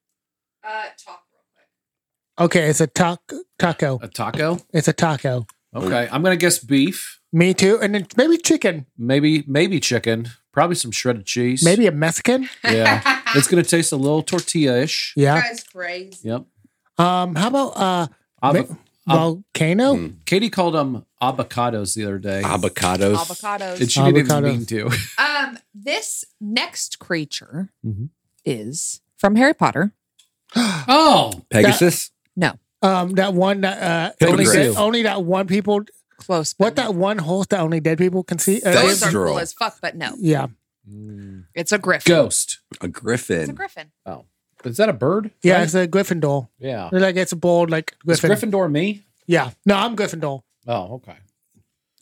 Speaker 2: Uh, talk real quick.
Speaker 1: Okay, it's a taco. Taco.
Speaker 3: A taco.
Speaker 1: It's a taco.
Speaker 4: Oh,
Speaker 3: Okay, I'm gonna guess beef.
Speaker 1: Me too, and then maybe chicken.
Speaker 3: Maybe maybe chicken. Probably some shredded cheese.
Speaker 1: Maybe a Mexican.
Speaker 3: Yeah. it's gonna taste a little tortilla-ish.
Speaker 1: Yeah.
Speaker 2: guy's crazy.
Speaker 3: Yep.
Speaker 1: Um. How about uh
Speaker 3: Ava-
Speaker 1: Ma- volcano?
Speaker 4: Mm.
Speaker 3: Katie called them avocados the other day,
Speaker 4: Avocados.
Speaker 2: Avocados.
Speaker 3: and she didn't even
Speaker 1: Avocados.
Speaker 3: mean to.
Speaker 2: Um, this next creature
Speaker 4: Mm-hmm.
Speaker 3: Mhm.
Speaker 2: is from Harry Potter.
Speaker 3: oh,
Speaker 4: Pegasus.
Speaker 1: Um. That one that uh,
Speaker 4: Hill
Speaker 1: only,
Speaker 4: to
Speaker 1: that,
Speaker 3: Grave.
Speaker 1: only that one people.
Speaker 2: Close. but
Speaker 1: What
Speaker 2: no.
Speaker 1: that one horse that only dead people can see. Uh,
Speaker 2: Those
Speaker 4: That's
Speaker 2: are
Speaker 4: droll.
Speaker 2: cool as fuck, but no,
Speaker 1: yeah.
Speaker 3: Mm.
Speaker 2: it's a griffin.
Speaker 3: ghost.
Speaker 4: a
Speaker 2: It's a
Speaker 4: griffin.
Speaker 2: griffin.
Speaker 3: Oh, is that a bird?
Speaker 1: Yeah. It's a Gryffindor.
Speaker 3: Yeah.
Speaker 1: They're Like it's a bold like Griffin.
Speaker 3: Is Gryffindor me?
Speaker 1: Yeah. No, I'm Gryffindor.
Speaker 3: Oh, okay.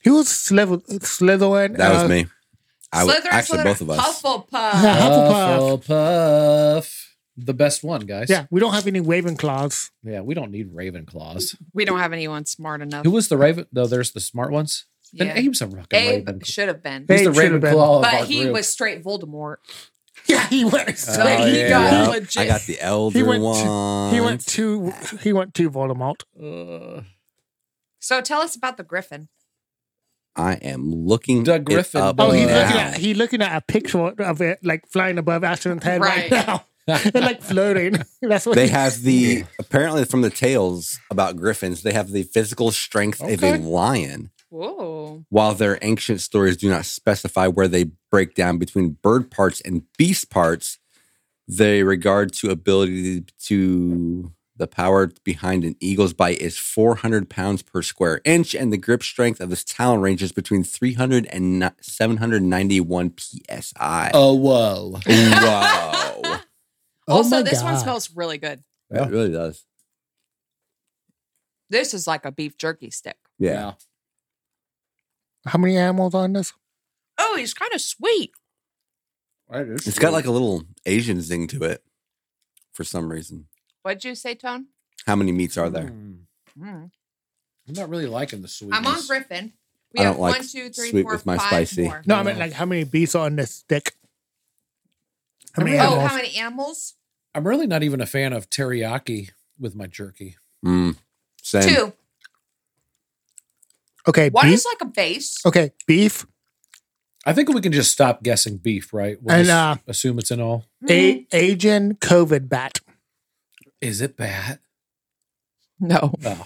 Speaker 1: He was Slith- Slytherin.
Speaker 4: That was
Speaker 1: uh,
Speaker 4: me. I was
Speaker 2: Slytherin,
Speaker 4: actually
Speaker 2: Slytherin,
Speaker 4: both of us.
Speaker 2: Hufflepuff.
Speaker 1: Hufflepuff.
Speaker 3: Hufflepuff. The best one, guys.
Speaker 1: Yeah, we don't have any Ravenclaws.
Speaker 3: Yeah, we don't need Ravenclaws.
Speaker 2: we don't have anyone smart enough.
Speaker 3: Who was the Raven? No, there's the smart ones. Then
Speaker 2: Yeah.
Speaker 3: Abe's a fucking
Speaker 2: Abe
Speaker 3: Ravenclaw.
Speaker 2: should have been,
Speaker 1: Abe
Speaker 3: He's the
Speaker 1: should have been.
Speaker 3: Ravenclaw of our
Speaker 2: but he
Speaker 3: group.
Speaker 2: was straight Voldemort.
Speaker 1: Yeah, he went.
Speaker 2: So
Speaker 3: Oh,
Speaker 2: he
Speaker 3: yeah.
Speaker 2: got
Speaker 4: Yep.
Speaker 2: legit.
Speaker 4: I got the elder
Speaker 1: He went to-
Speaker 4: one.
Speaker 1: he went to he went to Voldemort.
Speaker 3: Uh,
Speaker 2: so tell us about the griffin.
Speaker 4: I am looking.
Speaker 3: The
Speaker 4: it
Speaker 3: Gryffindor.
Speaker 4: up
Speaker 1: Oh, he's
Speaker 4: now.
Speaker 1: looking at he looking at a picture of it like flying above Ashton's head right,
Speaker 2: Right.
Speaker 1: now. They're like floating. That's what
Speaker 4: They
Speaker 1: he-
Speaker 4: have the apparently from the tales about griffins. They have the physical strength of a
Speaker 3: Okay.
Speaker 4: lion.
Speaker 2: Whoa.
Speaker 4: While their ancient stories do not specify where they break down between bird parts and beast parts, they regard to ability to the power behind an eagle's bite is 400 pounds per square inch, and the grip strength of this talon ranges between 300 and ni- 791 psi.
Speaker 3: oh, whoa.
Speaker 4: Wow,
Speaker 1: Oh my
Speaker 2: also, this one
Speaker 1: God.
Speaker 2: smells really good.
Speaker 3: Yeah.
Speaker 4: it really does.
Speaker 2: This is like a beef jerky stick.
Speaker 4: Yeah,
Speaker 1: How many animals on this?
Speaker 2: Oh, he's kind of sweet.
Speaker 4: it's got like a little Asian zing to it for some reason.
Speaker 2: What'd you say, Tone?
Speaker 4: How many meats are there?
Speaker 3: Mm.
Speaker 2: Mm.
Speaker 3: I'm not really liking the sweetness.
Speaker 2: I'm on Griffin. We
Speaker 4: I
Speaker 2: have
Speaker 4: don't like
Speaker 2: one, two, three,
Speaker 4: sweet
Speaker 2: four,
Speaker 4: with my
Speaker 2: five
Speaker 4: spicy.
Speaker 2: more.
Speaker 1: No, I meant like how many beasts are on this stick? How many
Speaker 3: Oh,
Speaker 2: Oh,
Speaker 1: animals?
Speaker 2: how many animals?
Speaker 3: I'm really not even a fan of teriyaki with my jerky.
Speaker 1: Hmm.
Speaker 4: Mm, same.
Speaker 2: Two.
Speaker 1: okay,
Speaker 2: One
Speaker 1: beef.
Speaker 2: is like a base.
Speaker 1: okay, beef.
Speaker 3: I think we can just stop guessing beef, right? We'll
Speaker 1: And,
Speaker 3: just
Speaker 1: uh,
Speaker 3: assume it's in all.
Speaker 2: Mm-hmm.
Speaker 1: A
Speaker 4: Mm-hmm.
Speaker 1: Asian COVID bat.
Speaker 3: Is it bat?
Speaker 2: No.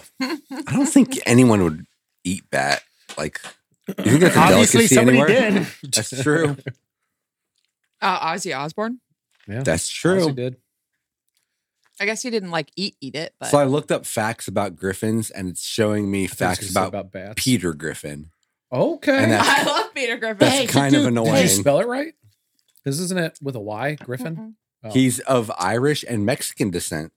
Speaker 3: Oh,
Speaker 4: I don't think anyone would eat bat. Like, you think that's a
Speaker 1: Obviously,
Speaker 4: delicacy
Speaker 1: somebody
Speaker 4: anywhere?
Speaker 1: did.
Speaker 4: That's true.
Speaker 2: Uh, Ozzy Osbourne.
Speaker 4: That's
Speaker 3: Ozzy
Speaker 4: true.
Speaker 3: did.
Speaker 2: I guess he didn't like eat eat it, but
Speaker 4: So I looked up facts about griffins, and it's showing me facts about,
Speaker 3: bats.
Speaker 4: Peter Griffin.
Speaker 3: Okay.
Speaker 4: And that-
Speaker 2: I love Peter Griffin.
Speaker 4: That's
Speaker 3: Hey,
Speaker 4: kind
Speaker 3: did
Speaker 4: of
Speaker 3: you- Did
Speaker 4: annoying.
Speaker 3: you spell it right? Because isn't it with a Y, Griffin?
Speaker 2: Mm-mm.
Speaker 3: Oh.
Speaker 4: He's of Irish and Mexican descent,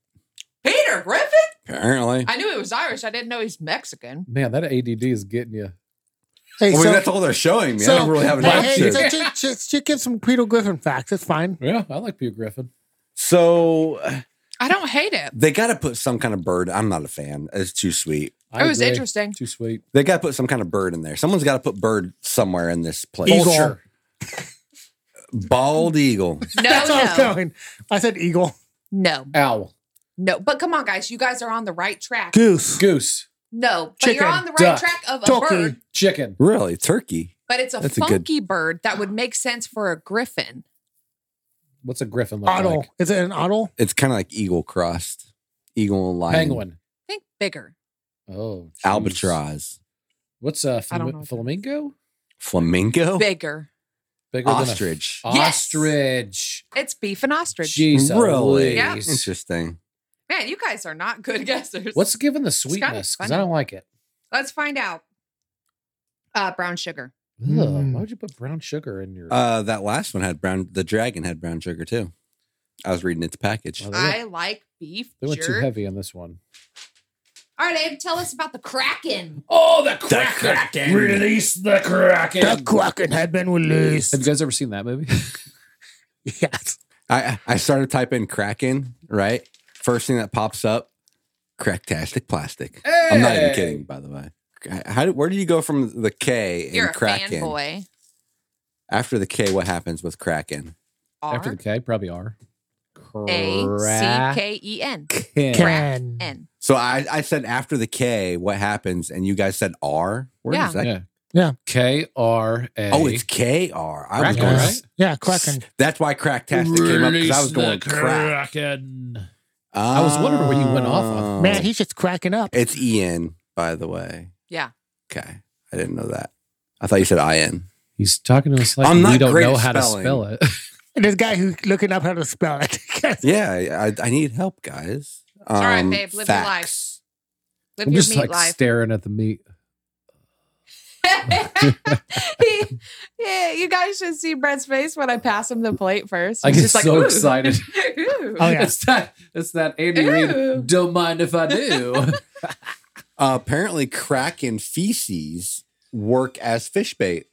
Speaker 2: Peter Griffin?
Speaker 4: apparently.
Speaker 2: I knew he was Irish. I didn't know he's Mexican.
Speaker 3: Man, that ADD is getting you.
Speaker 1: Hey,
Speaker 4: I mean,
Speaker 1: so-
Speaker 4: that's all they're showing me.
Speaker 1: so-
Speaker 4: I don't really have an
Speaker 1: hey, hey,
Speaker 4: option.
Speaker 1: just, just, just- just give some Peter Griffin facts. It's fine.
Speaker 3: Yeah, I like Peter Griffin.
Speaker 4: So
Speaker 2: I don't hate it.
Speaker 4: they got to put some kind of bird. I'm not a fan. It's too sweet.
Speaker 3: I
Speaker 2: it was
Speaker 3: agree.
Speaker 2: interesting.
Speaker 3: Too sweet.
Speaker 4: They got to put some kind of bird in there. Someone's got to put bird somewhere in this place.
Speaker 1: Eagle.
Speaker 3: Vulture.
Speaker 4: Bald eagle.
Speaker 2: No,
Speaker 1: That's where I was
Speaker 2: no,
Speaker 1: going. I said eagle,
Speaker 2: no,
Speaker 3: Owl.
Speaker 2: no. But come on, guys, you guys are on the right track.
Speaker 1: goose,
Speaker 3: Goose.
Speaker 2: No, but
Speaker 1: Chicken,
Speaker 2: you're on the right
Speaker 3: duck,
Speaker 2: track of a
Speaker 1: turkey.
Speaker 2: bird.
Speaker 3: Chicken.
Speaker 4: Really? Turkey?
Speaker 2: But it's a
Speaker 4: That's a good-
Speaker 2: funky bird that would make sense for a griffin.
Speaker 3: What's a griffin look
Speaker 1: oddle.
Speaker 3: like?
Speaker 1: Is it an oddle?
Speaker 4: It's kind of like eagle crossed. Eagle and lion.
Speaker 3: Penguin.
Speaker 2: Think bigger.
Speaker 3: Oh. geez.
Speaker 4: Albatross.
Speaker 3: What's a
Speaker 2: I don't
Speaker 3: flam-
Speaker 2: know.
Speaker 3: flamingo?
Speaker 4: Flamingo?
Speaker 2: Bigger.
Speaker 3: Bigger
Speaker 4: Ostrich.
Speaker 3: Than a
Speaker 2: Yes!
Speaker 3: Ostrich.
Speaker 2: It's beef and ostrich.
Speaker 3: Jesus.
Speaker 4: Really?
Speaker 2: Yeah.
Speaker 3: Louise.
Speaker 4: Interesting.
Speaker 2: Man, you guys are not good guessers.
Speaker 3: What's given the
Speaker 2: kinda
Speaker 3: sweetness? Because I
Speaker 2: funny.
Speaker 3: don't like it.
Speaker 2: Let's find out. Uh, brown sugar.
Speaker 3: Ugh,
Speaker 1: Mm.
Speaker 3: Why would you put brown sugar in your?
Speaker 4: Uh, that last one had brown. The dragon had brown sugar too. I was reading its package.
Speaker 3: Well, they went-
Speaker 2: I like beef
Speaker 3: they went too
Speaker 2: jerky.
Speaker 3: heavy on this one.
Speaker 2: All right, Abe, tell us about the Kraken.
Speaker 3: Oh, the
Speaker 4: Kraken.
Speaker 3: Release the Kraken!
Speaker 1: The Kraken had been released.
Speaker 3: Have you guys ever seen that movie?
Speaker 1: Yes.
Speaker 4: I I started typing Kraken, right? First thing that pops up, Cracktastic Plastic. I'm not even kidding, by the way. How do, where do you go from the K in
Speaker 2: You're a
Speaker 4: Kraken?
Speaker 2: fanboy.
Speaker 4: After the K, what happens with Kraken?
Speaker 3: After the K, probably R.
Speaker 2: A C K E N.
Speaker 3: Kraken.
Speaker 1: Can.
Speaker 2: N.
Speaker 4: So I, I said after the K, what happens? And you guys said R. Where is
Speaker 2: Yeah.
Speaker 4: that?
Speaker 3: Yeah.
Speaker 1: Yeah.
Speaker 3: K R A.
Speaker 4: Oh, it's K R. I was
Speaker 3: Kraken,
Speaker 4: going.
Speaker 3: right?
Speaker 1: Yeah, Kraken.
Speaker 4: That's why Cracktastic came up because I was going crack.
Speaker 3: Kraken. was wondering where you went off
Speaker 4: Oh.
Speaker 3: on.
Speaker 1: Man, he's just cracking up.
Speaker 4: It's Ian, by the way.
Speaker 2: Yeah.
Speaker 4: Okay. I didn't know that. I thought you said Ian.
Speaker 3: He's talking to us like
Speaker 4: I'm
Speaker 3: we
Speaker 4: not
Speaker 3: don't
Speaker 4: great
Speaker 3: know
Speaker 4: at
Speaker 3: how to
Speaker 4: spelling.
Speaker 3: spell it.
Speaker 1: And this guy who's looking up how to spell it.
Speaker 4: Yeah, I, I need help, guys. Um,
Speaker 2: all right, babe. Live your life. Live
Speaker 3: I'm
Speaker 2: your
Speaker 3: just
Speaker 2: meat
Speaker 3: like
Speaker 2: life.
Speaker 3: staring at the meat.
Speaker 2: He- yeah, you guys should see Brett's face when I pass him the plate first.
Speaker 3: I
Speaker 2: He's
Speaker 3: get
Speaker 2: just like,
Speaker 3: so
Speaker 2: "Ooh."
Speaker 3: excited.
Speaker 2: Ooh.
Speaker 1: Oh, yeah.
Speaker 3: It's that. It's that Andy
Speaker 2: Ew.
Speaker 3: Reid. Don't mind if I do.
Speaker 4: Uh, apparently, kraken feces work as fish bait.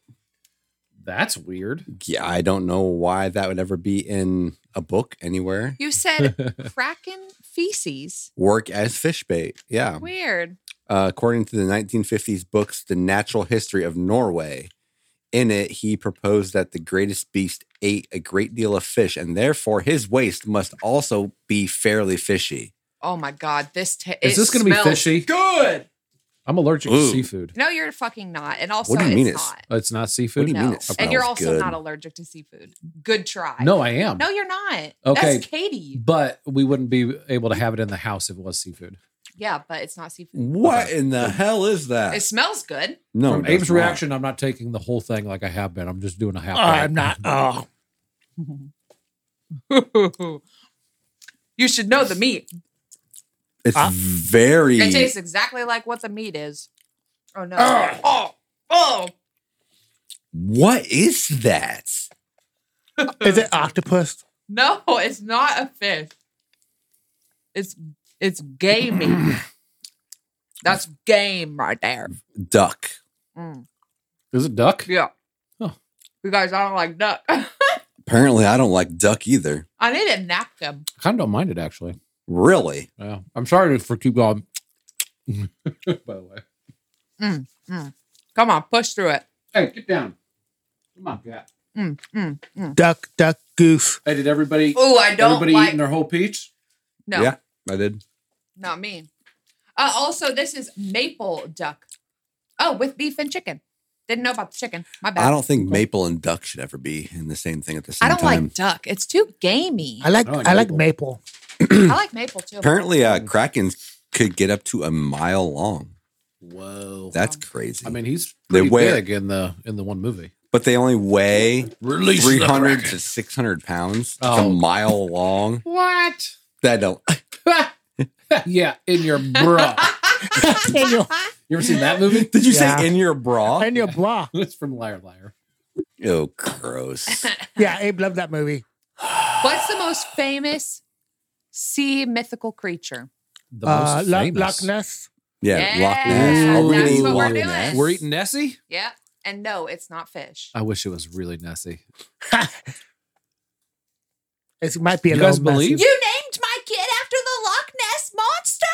Speaker 3: That's weird.
Speaker 4: Yeah, I don't know why that would ever be in a book anywhere.
Speaker 2: You said Kraken feces.
Speaker 4: Work as fish bait.
Speaker 3: Um,
Speaker 4: Yeah.
Speaker 2: Weird.
Speaker 4: Uh, according to the 1950s books, The Natural History of Norway, in it, he proposed that the greatest beast ate a great deal of fish, and therefore his waste must also be fairly fishy.
Speaker 2: Oh my god, this ta-
Speaker 3: Is
Speaker 2: it
Speaker 3: this going to be
Speaker 2: smells
Speaker 3: fishy?
Speaker 2: Good.
Speaker 3: I'm allergic
Speaker 4: Ooh.
Speaker 3: to seafood.
Speaker 2: No, you're fucking not. And also,
Speaker 4: What do you mean
Speaker 2: it's
Speaker 4: it's-
Speaker 2: not.
Speaker 3: Oh, It's not
Speaker 4: What do
Speaker 3: seafood.
Speaker 4: you mean
Speaker 2: No,
Speaker 4: it smells
Speaker 2: and you're also
Speaker 4: good?
Speaker 2: not allergic to seafood. Good try.
Speaker 3: No, I am.
Speaker 2: no, you're not.
Speaker 3: Okay.
Speaker 2: that's Katie.
Speaker 3: But we wouldn't be able to have it in the house if it was seafood.
Speaker 2: Yeah, but it's not seafood.
Speaker 4: What in the hell is that?
Speaker 2: It smells good.
Speaker 4: no,
Speaker 3: From
Speaker 4: it does
Speaker 3: Abe's
Speaker 4: not.
Speaker 3: reaction, I'm not taking the whole thing like I have been. I'm just doing a half.
Speaker 1: Oh, I'm not. Oh,
Speaker 2: you should know the meat.
Speaker 4: It's
Speaker 1: Uh,
Speaker 4: very.
Speaker 2: It tastes exactly like what the meat is. Oh no.
Speaker 1: Ugh.
Speaker 2: Oh. Oh.
Speaker 4: what is that?
Speaker 1: is it octopus?
Speaker 2: No, it's not a fish. It's it's gamey. That's game right there.
Speaker 4: Duck.
Speaker 2: Mm,
Speaker 3: Is it duck?
Speaker 2: yeah.
Speaker 3: Huh.
Speaker 2: You guys, I don't like duck.
Speaker 4: Apparently, I don't like duck either.
Speaker 2: I need a napkin.
Speaker 3: I kind of don't mind it actually.
Speaker 4: Really?
Speaker 3: Yeah. I'm sorry for keep going. By the way,
Speaker 2: Come on, push through it.
Speaker 3: hey, get down. Come on, Pat.
Speaker 2: Mm, mm, mm.
Speaker 1: Duck, duck, goose.
Speaker 3: Hey, did everybody?
Speaker 2: Oh, I don't
Speaker 3: everybody
Speaker 2: like.
Speaker 3: eating their whole peach?
Speaker 2: no,
Speaker 4: Yeah, I did.
Speaker 2: not me. Uh, also, this is maple duck. Oh, with beef and chicken. Didn't know about the chicken. My bad.
Speaker 4: I don't think maple and duck should ever be in the same thing at the same
Speaker 2: I don't
Speaker 4: time.
Speaker 2: like duck. It's too gamey.
Speaker 1: I like.
Speaker 3: I like
Speaker 1: I like maple.
Speaker 3: maple.
Speaker 2: I like maple too.
Speaker 4: Apparently, uh, krakens could get up to a mile long.
Speaker 3: Whoa.
Speaker 4: That's crazy.
Speaker 3: I mean, he's
Speaker 4: They
Speaker 3: pretty
Speaker 4: wear-
Speaker 3: big in the in the one movie.
Speaker 4: but they only weigh
Speaker 3: Release
Speaker 4: 300 to 600 pounds. It's a
Speaker 3: Oh.
Speaker 4: mile long.
Speaker 3: What?
Speaker 4: That don't.
Speaker 3: yeah, in your bra.
Speaker 1: and your,
Speaker 3: You ever seen that movie?
Speaker 4: Did you
Speaker 1: Yeah.
Speaker 4: say in your bra?
Speaker 1: and your bra.
Speaker 3: It's from Liar Liar.
Speaker 4: Oh, gross.
Speaker 1: Yeah, Abe loved that movie.
Speaker 2: What's the most famous sea mythical creature?
Speaker 3: The
Speaker 1: uh,
Speaker 3: most
Speaker 1: Lo-
Speaker 3: famous.
Speaker 1: Loch Ness.
Speaker 4: Yeah,
Speaker 2: Yeah,
Speaker 4: Loch Ness. Are we
Speaker 3: that's
Speaker 4: eating
Speaker 3: what we're
Speaker 4: Loch
Speaker 2: doing.
Speaker 4: Ness?
Speaker 3: We're eating Nessie.
Speaker 2: Yeah. And no, it's not fish.
Speaker 3: I wish it was really Nessie.
Speaker 1: It might be a
Speaker 3: You
Speaker 1: little
Speaker 3: guys believe?
Speaker 2: You named my kid after the Loch Ness monster?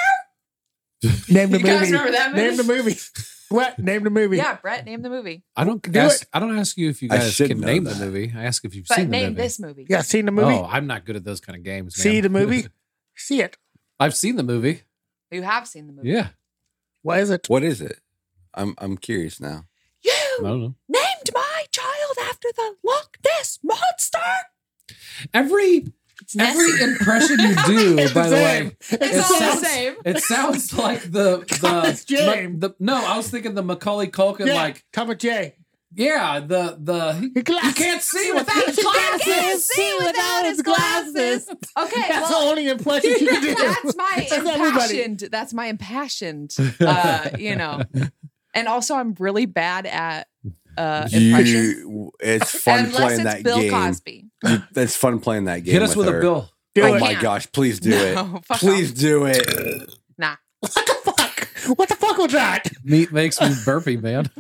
Speaker 1: messy. Name the
Speaker 2: You guys
Speaker 1: movie.
Speaker 2: remember that movie?
Speaker 1: Name the movie. What? Name the movie.
Speaker 2: Yeah, Brett, name the movie.
Speaker 3: I don't
Speaker 1: Do
Speaker 3: ask, I don't ask you if you
Speaker 4: I
Speaker 3: guys
Speaker 4: should
Speaker 3: can
Speaker 4: know
Speaker 3: name
Speaker 4: that.
Speaker 3: the movie. I ask if you've
Speaker 2: But
Speaker 3: seen the
Speaker 2: name
Speaker 3: movie.
Speaker 2: this movie.
Speaker 1: Yeah, seen the movie?
Speaker 3: Oh, I'm not good at those kind of games.
Speaker 1: See
Speaker 3: ma'am.
Speaker 1: the movie? See it.
Speaker 3: I've seen the movie.
Speaker 2: You have seen the movie.
Speaker 3: Yeah,
Speaker 1: What is it?
Speaker 4: What is it? I'm I'm curious now.
Speaker 2: You
Speaker 3: I don't know.
Speaker 2: named my child after the Loch Ness monster.
Speaker 3: Every
Speaker 2: It's
Speaker 3: every impression you do,
Speaker 1: It's
Speaker 3: by the
Speaker 1: same.
Speaker 3: way,
Speaker 2: It's
Speaker 3: it
Speaker 2: all
Speaker 3: sounds-
Speaker 2: the same.
Speaker 3: it sounds like the
Speaker 1: Thomas
Speaker 3: the,
Speaker 1: Jane.
Speaker 3: the no. I was thinking the Macaulay Culkin,
Speaker 1: Yeah,
Speaker 3: like
Speaker 1: Thomas J.
Speaker 3: yeah, the the
Speaker 1: Your glass.
Speaker 3: you can't see without
Speaker 1: You can't
Speaker 3: glasses.
Speaker 1: see without his glasses.
Speaker 2: Okay,
Speaker 1: That's
Speaker 2: well,
Speaker 1: the only impression you can do.
Speaker 2: that's my
Speaker 1: That's everybody.
Speaker 2: impassioned. That's my impassioned. Uh, you know, and also I'm really bad at uh, impressions.
Speaker 4: You, it's fun
Speaker 2: Unless
Speaker 4: playing
Speaker 2: it's
Speaker 4: that
Speaker 2: Bill
Speaker 4: game.
Speaker 2: Cosby.
Speaker 4: You- it's fun playing that game.
Speaker 3: Hit us with a
Speaker 4: her.
Speaker 3: bill.
Speaker 1: Do
Speaker 4: Oh
Speaker 1: it.
Speaker 4: my
Speaker 2: can't.
Speaker 4: gosh! Please do it.
Speaker 2: No, fuck
Speaker 4: Please
Speaker 2: off.
Speaker 4: do it.
Speaker 2: Nah.
Speaker 1: What the fuck? What the fuck was that?
Speaker 3: Meat makes me burpy, man.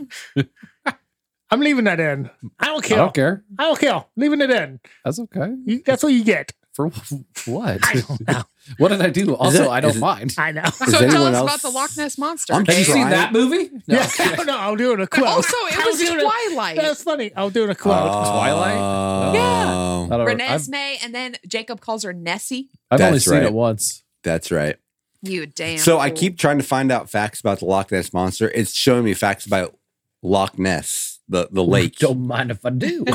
Speaker 1: I'm leaving that in. I don't
Speaker 3: I
Speaker 1: care.
Speaker 3: don't care.
Speaker 1: I don't care. Leaving it in.
Speaker 3: That's okay.
Speaker 1: You, that's what you get.
Speaker 3: For wh- what?
Speaker 1: I don't know.
Speaker 3: What did I do? Also,
Speaker 4: it-
Speaker 3: I don't
Speaker 4: is it-
Speaker 3: mind.
Speaker 1: I know.
Speaker 4: Is
Speaker 2: So tell
Speaker 4: anyone
Speaker 2: us
Speaker 4: else-
Speaker 2: about the Loch Ness monster.
Speaker 4: I'm
Speaker 3: Have you seen
Speaker 4: Try
Speaker 3: that
Speaker 4: it.
Speaker 3: movie? No.
Speaker 1: yeah, I don't know. I'll do it in a quote.
Speaker 2: also, it
Speaker 1: I'll
Speaker 2: was
Speaker 1: do in a-
Speaker 2: Twilight.
Speaker 1: That's funny. I'll do it in a quote.
Speaker 3: Twilight?
Speaker 4: Oh,
Speaker 3: I don't, I've,
Speaker 2: Renesmee, and then Jacob calls her Nessie.
Speaker 3: I've only
Speaker 4: That's
Speaker 3: seen
Speaker 4: right.
Speaker 3: it once.
Speaker 4: That's right.
Speaker 2: You damn.
Speaker 4: So I
Speaker 2: fool.
Speaker 4: keep trying to find out facts about the Loch Ness monster. It's showing me facts about Loch Ness, the the lake.
Speaker 3: Don't mind if I do.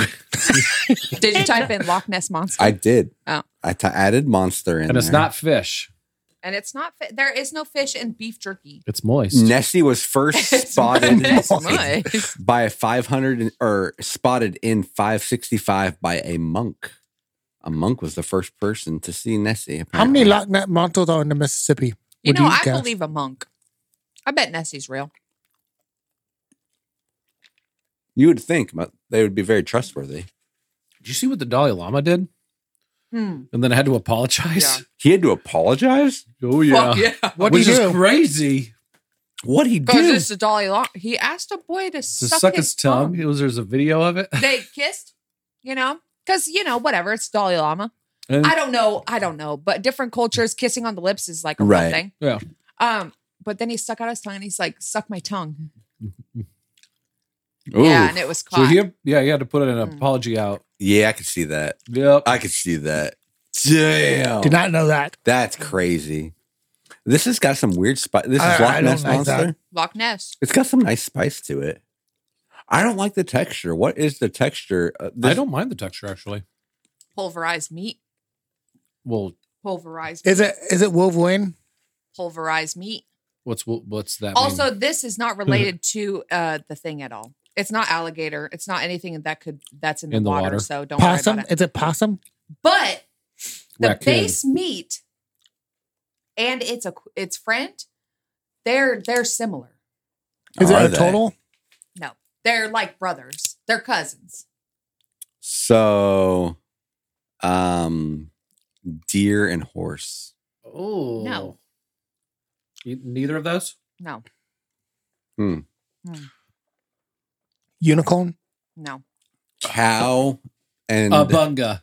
Speaker 2: Did you type in Loch Ness monster?
Speaker 4: I did.
Speaker 2: Oh.
Speaker 4: I t- added monster in,
Speaker 3: and it's
Speaker 4: there.
Speaker 3: not fish.
Speaker 2: and it's not. Fi- there is no fish in beef jerky.
Speaker 3: It's moist.
Speaker 4: Nessie was first
Speaker 2: It's
Speaker 4: spotted
Speaker 2: it's nice.
Speaker 4: by a 500 and- or spotted in 565 by a monk. A monk was the first person to see Nessie.
Speaker 1: How many
Speaker 4: apparently.
Speaker 1: Loch Ness monsters are in the Mississippi?
Speaker 2: You
Speaker 1: Would
Speaker 2: know, I
Speaker 1: guess?
Speaker 2: believe a monk. I bet Nessie's real.
Speaker 4: you would think but they would be very trustworthy.
Speaker 3: Did you see what the Dalai Lama did?
Speaker 2: Hmm.
Speaker 3: And then I had to apologize.
Speaker 4: He had to apologize.
Speaker 3: Oh
Speaker 2: Fuck yeah.
Speaker 1: What do you
Speaker 3: Which is
Speaker 1: do?
Speaker 3: crazy.
Speaker 4: What he
Speaker 2: Because
Speaker 4: did?
Speaker 2: it's a Dalai Lama. He asked a boy to,
Speaker 3: To suck, his, tongue. It was there's a video of it.
Speaker 2: They kissed, you know, because, you know, whatever. It's Dalai Lama.
Speaker 3: And
Speaker 2: I don't know. I don't know. But different cultures, kissing on the lips is like a real
Speaker 4: Right.
Speaker 2: thing.
Speaker 3: Yeah.
Speaker 2: Um, but then he stuck out his tongue and he's like, suck my tongue.
Speaker 4: Ooh.
Speaker 2: Yeah. And it was
Speaker 3: so
Speaker 2: caught.
Speaker 3: he, yeah, he had to put an
Speaker 2: Mm.
Speaker 3: apology out.
Speaker 4: Yeah, I could see that.
Speaker 3: Yep.
Speaker 4: I could see that. Damn.
Speaker 1: Did not know that.
Speaker 4: That's crazy. This has got some weird spice. This
Speaker 1: I-
Speaker 4: is
Speaker 1: I
Speaker 4: Loch
Speaker 1: don't
Speaker 4: Ness
Speaker 1: like
Speaker 4: Monster.
Speaker 1: that.
Speaker 2: Loch Ness.
Speaker 4: It's got some nice spice to it. I don't like the texture. What is the texture? Uh,
Speaker 3: I
Speaker 4: this-
Speaker 3: don't mind the texture actually.
Speaker 2: Pulverized meat.
Speaker 3: Well,
Speaker 2: Pulverized.
Speaker 1: Is it is it Wolverine?
Speaker 2: Pulverized meat.
Speaker 3: what's what's that? mean? Mhm.
Speaker 2: Also, this is not related to uh, the thing at all. It's not alligator. It's not anything that could that's in the,
Speaker 3: In the
Speaker 2: water,
Speaker 3: water.
Speaker 2: So don't
Speaker 1: Possum?
Speaker 2: worry about it.
Speaker 1: Is it possum?
Speaker 2: But the
Speaker 3: Raccoon.
Speaker 2: base meat and its a its friend, they're they're similar.
Speaker 1: Is
Speaker 4: Are
Speaker 1: it a
Speaker 4: they?
Speaker 1: total?
Speaker 2: No, they're like brothers. They're cousins.
Speaker 4: So, um, deer and horse.
Speaker 3: Oh
Speaker 2: No.
Speaker 3: E- neither of those.
Speaker 2: No,
Speaker 1: Unicorn?
Speaker 2: no.
Speaker 4: cow and
Speaker 1: Uh,
Speaker 3: A bunga.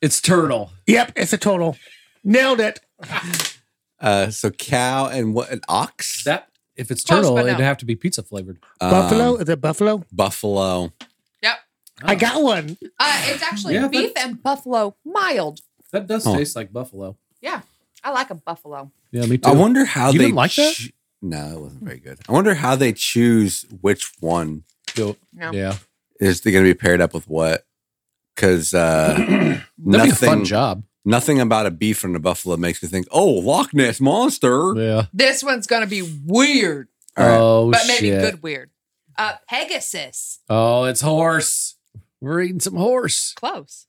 Speaker 3: It's turtle.
Speaker 1: Yep, it's a total. Nailed it.
Speaker 4: uh so cow and what an ox
Speaker 3: That if it's
Speaker 2: Close,
Speaker 3: turtle,
Speaker 2: but no.
Speaker 3: it'd have to be pizza flavored.
Speaker 4: Um,
Speaker 1: buffalo? Is it buffalo?
Speaker 4: buffalo
Speaker 1: I
Speaker 3: Ah,
Speaker 1: got one.
Speaker 2: Uh, it's actually
Speaker 3: Yeah,
Speaker 2: beef
Speaker 3: that's-
Speaker 2: and buffalo mild.
Speaker 3: that does
Speaker 4: Huh.
Speaker 3: taste like buffalo.
Speaker 2: I like a buffalo.
Speaker 3: Yeah, me
Speaker 4: i wonder how
Speaker 3: You
Speaker 4: they
Speaker 3: didn't like that?
Speaker 4: choo- no it wasn't very good i wonder how they choose which one
Speaker 2: No,
Speaker 3: Yeah,
Speaker 4: is they gonna be paired up with what because uh
Speaker 3: that'd be a fun
Speaker 4: nothing
Speaker 3: job.
Speaker 4: nothing about a beef and a buffalo makes me think oh loch ness monster
Speaker 3: Yeah.
Speaker 2: this one's gonna be weird,
Speaker 4: All right.
Speaker 3: Oh
Speaker 2: but maybe
Speaker 3: shit.
Speaker 2: good weird. Uh, Pegasus,
Speaker 3: Oh, it's horse. We're eating some horse.
Speaker 2: close.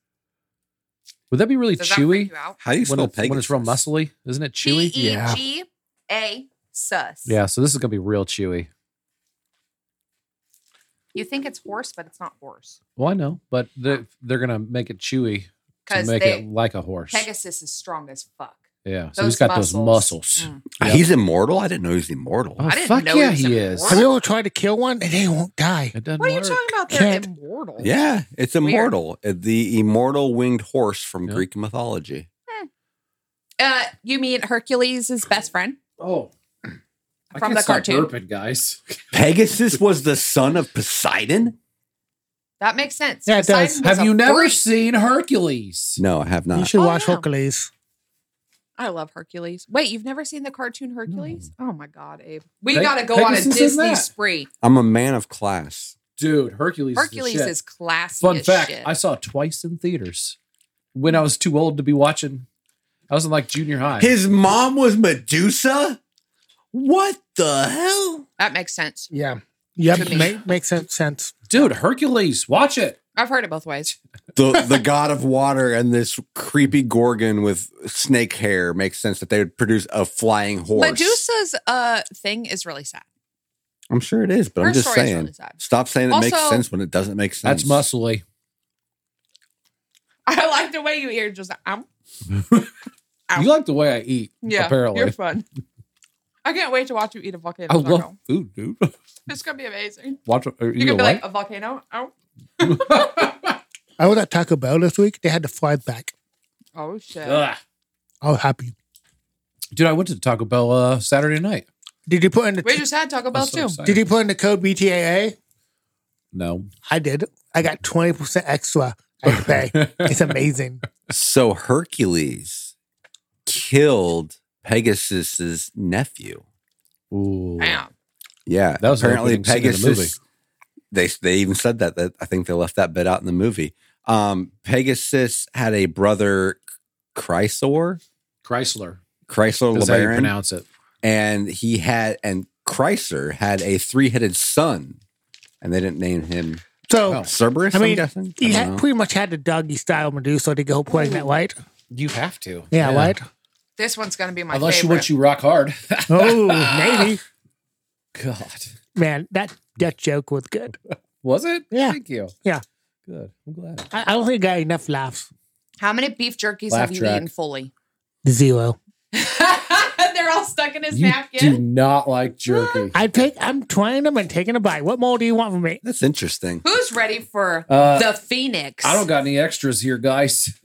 Speaker 3: Would that be really
Speaker 2: Does that freak
Speaker 3: chewy?
Speaker 2: you out?
Speaker 4: How do you
Speaker 3: When
Speaker 4: spell
Speaker 3: it's, when it's real
Speaker 4: Pegasus?
Speaker 3: muscly, isn't it chewy?
Speaker 2: P E G A sus.
Speaker 3: Yeah, so this is gonna be real chewy.
Speaker 2: You think it's horse, but it's not horse
Speaker 3: Well, I know, but they're, they're gonna make it chewy to
Speaker 2: because
Speaker 3: make it like a horse.
Speaker 2: Pegasus is strong as fuck.
Speaker 3: yeah, so he's got those muscles.
Speaker 2: Mm.
Speaker 3: Yeah.
Speaker 4: He's immortal. I didn't know he was immortal.
Speaker 3: Oh,
Speaker 2: I didn't
Speaker 3: fuck
Speaker 2: know
Speaker 3: yeah,
Speaker 2: he was
Speaker 3: he
Speaker 2: a
Speaker 3: is.
Speaker 1: Have you ever tried to kill one and they won't die?
Speaker 3: It doesn't
Speaker 2: What are you
Speaker 3: work.
Speaker 2: talking about? They're
Speaker 1: Can't-
Speaker 2: immortal.
Speaker 4: Yeah, it's
Speaker 2: Weird.
Speaker 4: immortal. Uh, The immortal winged horse from
Speaker 3: Yeah.
Speaker 4: Greek mythology.
Speaker 2: Uh, you mean Hercules' best friend?
Speaker 3: Oh, I
Speaker 2: From
Speaker 3: can't
Speaker 2: the
Speaker 3: stop
Speaker 2: cartoon.
Speaker 3: burping, guys.
Speaker 4: Pegasus was the son of Poseidon?
Speaker 2: That makes sense.
Speaker 1: Yeah, it
Speaker 2: Poseidon
Speaker 1: does.
Speaker 2: was
Speaker 3: Have
Speaker 2: a
Speaker 3: you never
Speaker 2: freak.
Speaker 3: seen Hercules?
Speaker 4: No, I have
Speaker 1: You
Speaker 4: not.
Speaker 1: should
Speaker 2: Oh,
Speaker 1: watch
Speaker 2: yeah.
Speaker 1: Hercules.
Speaker 2: I love Hercules. Wait, you've never seen the cartoon Hercules? Oh my god, Abe. We
Speaker 3: Pe-
Speaker 2: gotta go on
Speaker 3: Pegasus
Speaker 2: a
Speaker 3: is
Speaker 2: Disney
Speaker 3: that.
Speaker 2: spree.
Speaker 4: I'm a man of class.
Speaker 3: Dude, Hercules. is the
Speaker 2: Hercules
Speaker 3: shit.
Speaker 2: is classy.
Speaker 3: Fun
Speaker 2: as
Speaker 3: fact:
Speaker 2: shit.
Speaker 3: I saw it twice in theaters when I was too old to be watching. I was in like junior high.
Speaker 4: His mom was Medusa? What the hell?
Speaker 2: that makes sense.
Speaker 1: Yeah.
Speaker 2: To
Speaker 1: Yep.
Speaker 2: me.
Speaker 1: Make, makes sen- sense.
Speaker 3: Dude, Hercules, watch it.
Speaker 2: I've heard it both ways.
Speaker 4: The the god of water and this creepy gorgon with snake hair makes sense that they would produce a flying horse.
Speaker 2: Medusa's uh thing is really sad.
Speaker 4: I'm sure it is, but
Speaker 2: Her
Speaker 4: I'm just
Speaker 2: story
Speaker 4: saying.
Speaker 2: is really sad.
Speaker 4: Stop saying it makes
Speaker 2: Also-
Speaker 4: sense when it doesn't make sense.
Speaker 3: That's muscly.
Speaker 2: I like the way you ear just um Ow.
Speaker 3: You like the way I eat,
Speaker 2: yeah.
Speaker 3: apparently.
Speaker 2: You're fun. I can't wait to watch you eat a volcano.
Speaker 3: I
Speaker 2: taco.
Speaker 3: love food, dude.
Speaker 2: It's gonna be amazing.
Speaker 3: Watch it.
Speaker 2: You're gonna be like a volcano. Oh,
Speaker 1: I was at Taco Bell this week. They had to fly back.
Speaker 2: oh shit.
Speaker 1: I was happy.
Speaker 3: Dude, I went to Taco Bell uh, Saturday night.
Speaker 1: Did you put in the
Speaker 2: We just had Taco
Speaker 3: I
Speaker 2: Bell
Speaker 3: was so
Speaker 2: too.
Speaker 3: excited.
Speaker 1: Did you put in the code BTAA?
Speaker 3: No.
Speaker 1: I did. I got twenty percent extra. I had to pay. it's amazing.
Speaker 4: So Hercules killed Pegasus's nephew.
Speaker 3: Ooh.
Speaker 2: Damn.
Speaker 4: Yeah,
Speaker 3: That was an
Speaker 4: apparently
Speaker 3: opening scene in the
Speaker 4: Pegasus.
Speaker 3: movie.
Speaker 4: They they even said that, that. I think they left that bit out in the movie. Um, Pegasus had a brother, Chrysor,
Speaker 3: Chrysler.
Speaker 4: Chrysor
Speaker 3: That's how you
Speaker 4: LeBaron,
Speaker 3: pronounce it.
Speaker 4: and he had and Chrysor had a three headed son, and they didn't name him
Speaker 1: So
Speaker 3: Wow.
Speaker 4: Cerberus.
Speaker 1: I
Speaker 4: I
Speaker 1: mean,
Speaker 4: am guessing. I
Speaker 1: you
Speaker 4: don't
Speaker 1: had,
Speaker 4: know.
Speaker 1: pretty much had the doggy style Medusa to go playing that right.
Speaker 3: You have to.
Speaker 1: Yeah, right.
Speaker 2: This one's gonna be my
Speaker 3: Unless you
Speaker 2: favorite.
Speaker 3: want you rock hard.
Speaker 1: Oh, maybe.
Speaker 3: God.
Speaker 1: Man, that that joke was good.
Speaker 3: Was it?
Speaker 1: Yeah.
Speaker 3: Thank you.
Speaker 1: Yeah.
Speaker 3: Good. I'm glad.
Speaker 1: I, I don't think I got enough laughs.
Speaker 2: How many beef jerkies
Speaker 3: Laugh
Speaker 2: have you
Speaker 3: track.
Speaker 2: eaten fully?
Speaker 1: Zero.
Speaker 2: They're all stuck in his
Speaker 3: You do
Speaker 2: napkin.
Speaker 3: not like jerky.
Speaker 1: I take. I'm trying them and taking a bite. What more do you want from me?
Speaker 4: that's interesting.
Speaker 2: Who's ready for
Speaker 3: Uh,
Speaker 2: the Phoenix?
Speaker 3: I don't got any extras here, guys.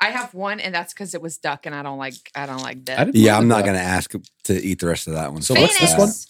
Speaker 2: I have one, and that's because it was duck, and I don't like. I don't like
Speaker 3: I
Speaker 2: that.
Speaker 3: didn't
Speaker 4: Yeah,
Speaker 3: put
Speaker 4: I'm
Speaker 3: it
Speaker 4: not
Speaker 3: up.
Speaker 4: going to ask to eat the rest of that one.
Speaker 3: So what's this
Speaker 4: Fuck
Speaker 3: one?
Speaker 4: that.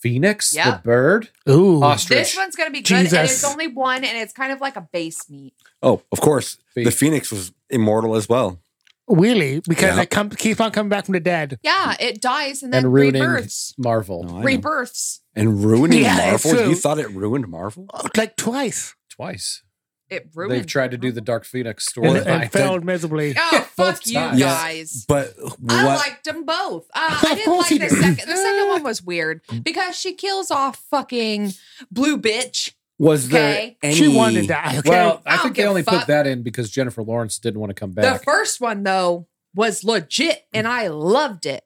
Speaker 3: Phoenix,
Speaker 2: Yeah.
Speaker 3: the bird,
Speaker 1: Ooh,
Speaker 3: ostrich.
Speaker 2: This one's gonna be good, and
Speaker 1: Jesus.
Speaker 2: it's only one, and it's kind of like a base meat.
Speaker 4: Oh, of course, the
Speaker 3: Phoenix.
Speaker 4: phoenix was immortal as well.
Speaker 1: really? Because
Speaker 4: Yeah.
Speaker 1: I come keep on coming back from the dead.
Speaker 2: Yeah, it dies and then
Speaker 3: and ruining
Speaker 2: rebirths.
Speaker 3: Marvel
Speaker 4: No, I know.
Speaker 2: Rebirths.
Speaker 4: and ruining
Speaker 1: Yeah, it's
Speaker 4: Marvel. You
Speaker 1: true.
Speaker 4: thought it ruined Marvel?
Speaker 1: Oh, Like twice.
Speaker 3: twice.
Speaker 2: It
Speaker 3: They've
Speaker 2: ruined.
Speaker 3: tried to do the Dark Phoenix
Speaker 1: And,
Speaker 3: story.
Speaker 1: and failed miserably.
Speaker 2: Oh fuck
Speaker 3: both
Speaker 2: you
Speaker 3: sides.
Speaker 4: Yeah.
Speaker 2: guys.
Speaker 4: But
Speaker 2: I
Speaker 4: what?
Speaker 2: liked them both. Uh,
Speaker 1: Of
Speaker 2: I didn't
Speaker 1: course
Speaker 2: like
Speaker 1: you
Speaker 2: the
Speaker 1: did.
Speaker 2: second. The second one was weird because she kills off fucking blue bitch.
Speaker 4: Was
Speaker 2: Okay.
Speaker 4: there any?
Speaker 1: She wanted to die. Okay.
Speaker 3: Well,
Speaker 2: I
Speaker 3: I
Speaker 2: don't
Speaker 3: think they
Speaker 2: give a
Speaker 3: only
Speaker 2: fuck.
Speaker 3: put that in because Jennifer Lawrence didn't want to come
Speaker 2: The
Speaker 3: back.
Speaker 2: first one though was legit, and I loved it.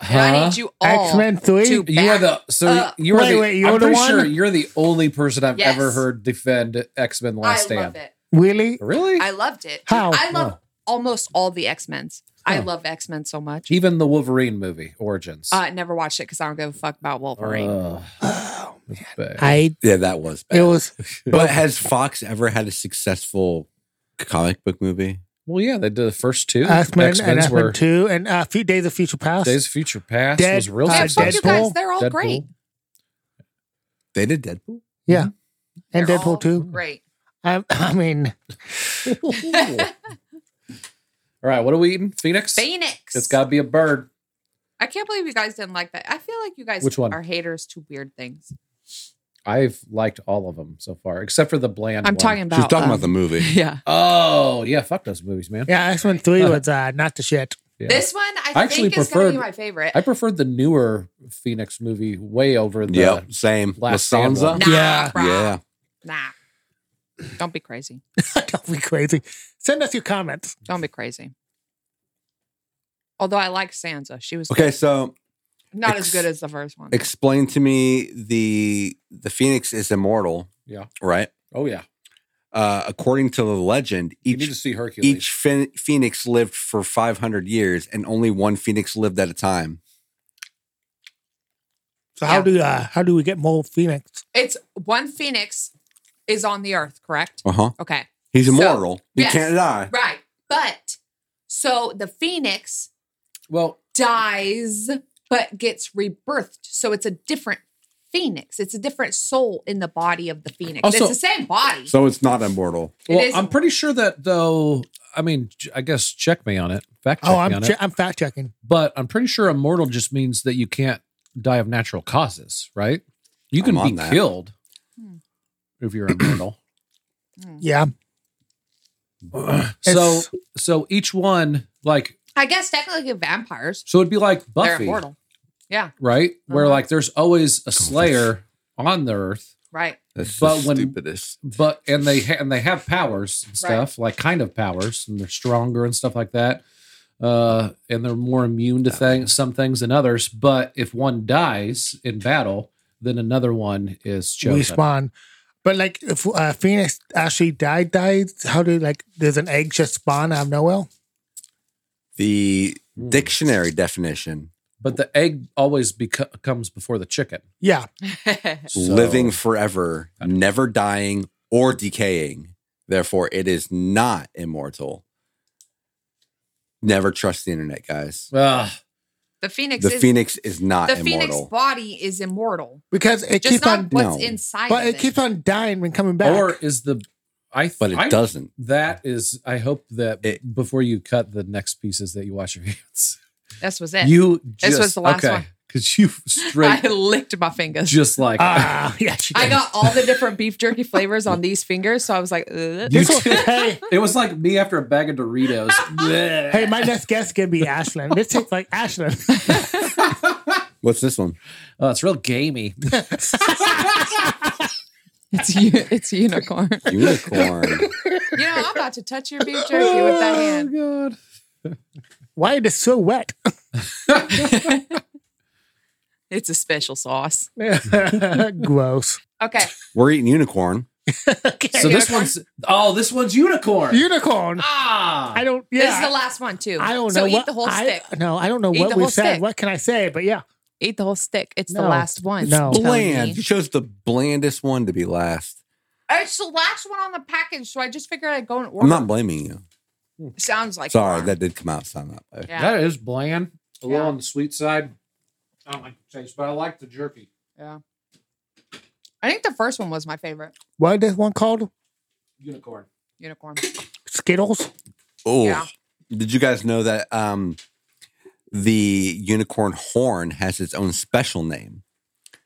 Speaker 2: And I
Speaker 3: Huh?
Speaker 2: need you all.
Speaker 1: X Men Three.
Speaker 2: to-
Speaker 3: You are the so
Speaker 2: Uh,
Speaker 3: you are
Speaker 1: wait,
Speaker 3: the.
Speaker 1: wait, you're
Speaker 3: I'm
Speaker 1: the
Speaker 3: pretty
Speaker 1: one?
Speaker 3: sure you're the only person I've
Speaker 2: Yes.
Speaker 3: ever heard defend X Men
Speaker 2: I
Speaker 3: Last
Speaker 2: love
Speaker 3: Stand.
Speaker 2: it.
Speaker 1: Really?
Speaker 3: Really?
Speaker 2: I loved it.
Speaker 1: How?
Speaker 2: I love
Speaker 3: Wow.
Speaker 2: almost all the X Men's. I
Speaker 3: Huh.
Speaker 2: love X Men so much.
Speaker 3: Even the Wolverine movie Origins.
Speaker 2: Uh, I never watched it because I don't give a fuck
Speaker 3: Uh,
Speaker 2: about Wolverine.
Speaker 3: Ugh,
Speaker 1: Oh,
Speaker 3: it's bad.
Speaker 1: I.
Speaker 4: Yeah, that was. Bad.
Speaker 1: It was.
Speaker 4: But has Fox ever had a successful comic book movie?
Speaker 3: well, yeah, they did the first two X
Speaker 1: X-Men and
Speaker 3: Men's
Speaker 1: X-Men
Speaker 3: were
Speaker 1: 2 and uh, few Days of Future Past.
Speaker 3: Days of Future Past
Speaker 1: Dead-
Speaker 3: was real
Speaker 1: uh,
Speaker 2: yeah, fuck you
Speaker 3: successful.
Speaker 2: guys.
Speaker 1: Deadpool.
Speaker 2: They're all
Speaker 3: Deadpool.
Speaker 2: great.
Speaker 4: They did Deadpool.
Speaker 1: yeah. And
Speaker 2: They're all
Speaker 1: Deadpool 2.
Speaker 2: Great.
Speaker 1: I, I mean,
Speaker 3: All right, what are we eating? Phoenix.
Speaker 2: Phoenix.
Speaker 3: It's got to be a bird.
Speaker 2: I can't believe you guys didn't like that. I feel like you guys
Speaker 3: Which one?
Speaker 2: are haters to weird things.
Speaker 3: I've liked all of them so far, except for the bland.
Speaker 2: I'm
Speaker 3: one.
Speaker 2: talking about.
Speaker 4: She's talking about the
Speaker 2: um,
Speaker 4: movie.
Speaker 2: Yeah.
Speaker 3: Oh yeah, fuck those movies, man.
Speaker 1: yeah, X-Men 3 was uh, not the shit.
Speaker 3: Yeah.
Speaker 2: This one I,
Speaker 3: I actually
Speaker 2: think is going to be
Speaker 3: preferred-
Speaker 2: my favorite.
Speaker 3: I preferred the newer Phoenix movie way over the.
Speaker 4: Yep, same.
Speaker 3: Last Stand
Speaker 4: Lasanza.
Speaker 2: nah,
Speaker 1: Yeah.
Speaker 2: bruh.
Speaker 4: Yeah,
Speaker 2: Nah. Don't be crazy.
Speaker 1: Don't be crazy. Send us your comments.
Speaker 2: Don't be crazy. Although I like Sansa. She was
Speaker 4: Okay, so
Speaker 2: not
Speaker 4: ex-
Speaker 2: as good as the first one.
Speaker 4: explain to me the the phoenix is immortal.
Speaker 3: Yeah.
Speaker 4: Right.
Speaker 3: Oh yeah,
Speaker 4: Uh, according to the legend,
Speaker 3: you need to
Speaker 4: each
Speaker 3: see Hercules.
Speaker 4: each phen- phoenix lived for 500 years, and only one phoenix lived at a time.
Speaker 1: So how
Speaker 2: Yeah.
Speaker 1: do uh, how do we get more Phoenix?
Speaker 2: it's one phoenix is on the earth, correct?
Speaker 4: Uh huh.
Speaker 2: Okay.
Speaker 4: He's
Speaker 2: So,
Speaker 4: immortal. he
Speaker 2: yes.
Speaker 4: can't die.
Speaker 2: Right. But so the phoenix
Speaker 3: well,
Speaker 2: dies but gets rebirthed. So it's a different phoenix. It's a different soul in the body of the phoenix.
Speaker 3: Also-
Speaker 2: it's the same body.
Speaker 4: So it's not immortal.
Speaker 2: It
Speaker 3: well,
Speaker 2: is-
Speaker 3: I'm pretty sure that though. I mean, j- I guess check me on it. Fact check
Speaker 1: Oh,
Speaker 3: me
Speaker 1: I'm
Speaker 3: on
Speaker 1: che-
Speaker 3: it.
Speaker 1: I'm fact checking.
Speaker 3: But I'm pretty sure immortal just means that you can't die of natural causes, right? You can
Speaker 4: I'm on
Speaker 3: be
Speaker 4: that.
Speaker 3: killed
Speaker 2: Hmm.
Speaker 3: if you're immortal.
Speaker 2: Mm.
Speaker 1: Yeah,
Speaker 3: so, so each one like
Speaker 2: I guess technically vampires.
Speaker 3: so it'd be like
Speaker 2: They're
Speaker 3: Buffy,
Speaker 2: immortal. Yeah.
Speaker 3: right? Where
Speaker 2: Uh-huh.
Speaker 3: like there's always a Slayer on the earth,
Speaker 2: Right.
Speaker 4: That's
Speaker 3: But
Speaker 4: the
Speaker 3: when-
Speaker 4: stupidest.
Speaker 3: but and they ha- and they have powers and stuff like kind of powers and they're stronger and stuff like that uh and they're more immune to
Speaker 4: Oh,
Speaker 3: things some things than others but if one dies in battle then another one is chosen
Speaker 1: respawn. But like, if uh, Phoenix actually died, died, how do like does an egg just spawn out of nowhere?
Speaker 4: The
Speaker 3: Hmm.
Speaker 4: dictionary definition
Speaker 3: but the egg always beco- comes before the chicken
Speaker 1: Yeah,
Speaker 3: So-
Speaker 4: living forever, never dying or decaying. Therefore, it is not immortal. Never trust the internet, guys.
Speaker 3: Ah,
Speaker 2: the phoenix
Speaker 4: The
Speaker 2: is
Speaker 4: phoenix is not
Speaker 2: the phoenix
Speaker 4: immortal.
Speaker 2: body is immortal.
Speaker 1: because it
Speaker 2: Just
Speaker 1: keeps
Speaker 2: not
Speaker 1: on,
Speaker 2: what's
Speaker 4: No.
Speaker 2: inside.
Speaker 1: but
Speaker 2: of
Speaker 1: it keeps on dying and coming back.
Speaker 3: or is the i
Speaker 4: but it
Speaker 3: I-
Speaker 4: doesn't.
Speaker 3: that is i hope that
Speaker 4: It-
Speaker 3: before you cut the next pieces that you wash your hands
Speaker 2: This was it.
Speaker 3: you
Speaker 2: This
Speaker 3: just,
Speaker 2: was the last
Speaker 3: okay,
Speaker 2: one.
Speaker 3: because you straight
Speaker 2: I licked my fingers.
Speaker 3: just like
Speaker 1: ah, yeah, she
Speaker 2: I
Speaker 1: did.
Speaker 2: got all the different beef jerky flavors on these fingers, so I was like, Ugh.
Speaker 3: You
Speaker 1: This one,
Speaker 3: did.
Speaker 1: hey,
Speaker 3: It was like me after a bag of Doritos.
Speaker 1: hey, my next guest can be Ashlyn. This tastes like Ashlyn.
Speaker 4: What's this one?
Speaker 3: oh, it's real gamey.
Speaker 2: it's u- it's unicorn.
Speaker 4: Unicorn.
Speaker 2: you know, I'm about to touch your beef jerky with that hand.
Speaker 3: god.
Speaker 1: Why it is so wet?
Speaker 2: It's a special sauce.
Speaker 1: Gross.
Speaker 2: Okay,
Speaker 4: We're eating unicorn.
Speaker 1: Okay.
Speaker 3: So this
Speaker 2: Unicorn?
Speaker 3: one's oh, this one's unicorn.
Speaker 1: unicorn.
Speaker 3: ah,
Speaker 1: I don't. Yeah.
Speaker 2: this is the last one too.
Speaker 1: I don't
Speaker 2: so
Speaker 1: know
Speaker 2: eat
Speaker 1: what
Speaker 2: the whole
Speaker 1: I,
Speaker 2: stick.
Speaker 1: No, I don't know
Speaker 2: Eat
Speaker 1: what
Speaker 2: the
Speaker 1: we
Speaker 2: whole
Speaker 1: said.
Speaker 2: stick.
Speaker 1: What can I say? But yeah,
Speaker 2: Eat the whole stick. It's the
Speaker 1: No.
Speaker 2: last one.
Speaker 1: No.
Speaker 3: Oh.
Speaker 4: Bland. You
Speaker 2: Tony.
Speaker 4: chose the blandest one to be last.
Speaker 2: It's the last one on the package, so I just figured I'd go in order.
Speaker 4: I'm not blaming you.
Speaker 2: Sounds like
Speaker 4: Sorry,
Speaker 2: corn.
Speaker 4: that did come out sound that way.
Speaker 2: yeah.
Speaker 3: that is bland. A little
Speaker 2: Yeah.
Speaker 3: on the sweet side. I don't like the taste, but I like the jerky.
Speaker 2: yeah. I think the first one was my favorite
Speaker 1: what is this one called?
Speaker 3: Unicorn.
Speaker 2: unicorn.
Speaker 1: Skittles.
Speaker 4: Oh,
Speaker 2: Yeah.
Speaker 4: did you guys know that um, the unicorn horn has its own special name?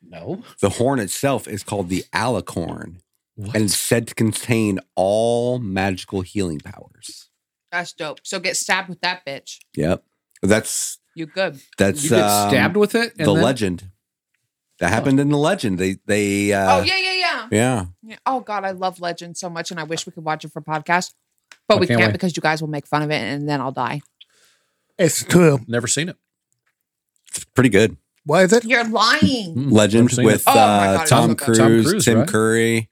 Speaker 3: No.
Speaker 4: The horn itself is called the alicorn
Speaker 3: What?
Speaker 4: and it's said to contain all magical healing powers.
Speaker 2: That's dope. So get stabbed with that bitch.
Speaker 4: Yep. That's
Speaker 2: You good?
Speaker 4: that's
Speaker 3: you get
Speaker 4: um,
Speaker 3: stabbed with it.
Speaker 4: the
Speaker 3: and then-
Speaker 4: legend. That happened in the legend. They they uh
Speaker 2: oh yeah, yeah, yeah.
Speaker 4: yeah.
Speaker 2: Yeah. Oh God, I love Legend so much, and I wish we could watch it for podcast, but
Speaker 3: I
Speaker 2: we
Speaker 3: can't
Speaker 2: can't
Speaker 3: wait.
Speaker 2: because you guys will make fun of it, and then I'll die.
Speaker 1: It's true.
Speaker 3: Never seen it.
Speaker 4: It's pretty good.
Speaker 1: What is it?
Speaker 2: You're lying.
Speaker 4: Legend
Speaker 3: Never seen
Speaker 4: with
Speaker 2: it. Oh my
Speaker 4: uh,
Speaker 2: God, it's
Speaker 4: Tom,
Speaker 2: so good.
Speaker 4: Cruise,
Speaker 3: Tom Cruise,
Speaker 4: Tim
Speaker 3: right?
Speaker 4: Curry. The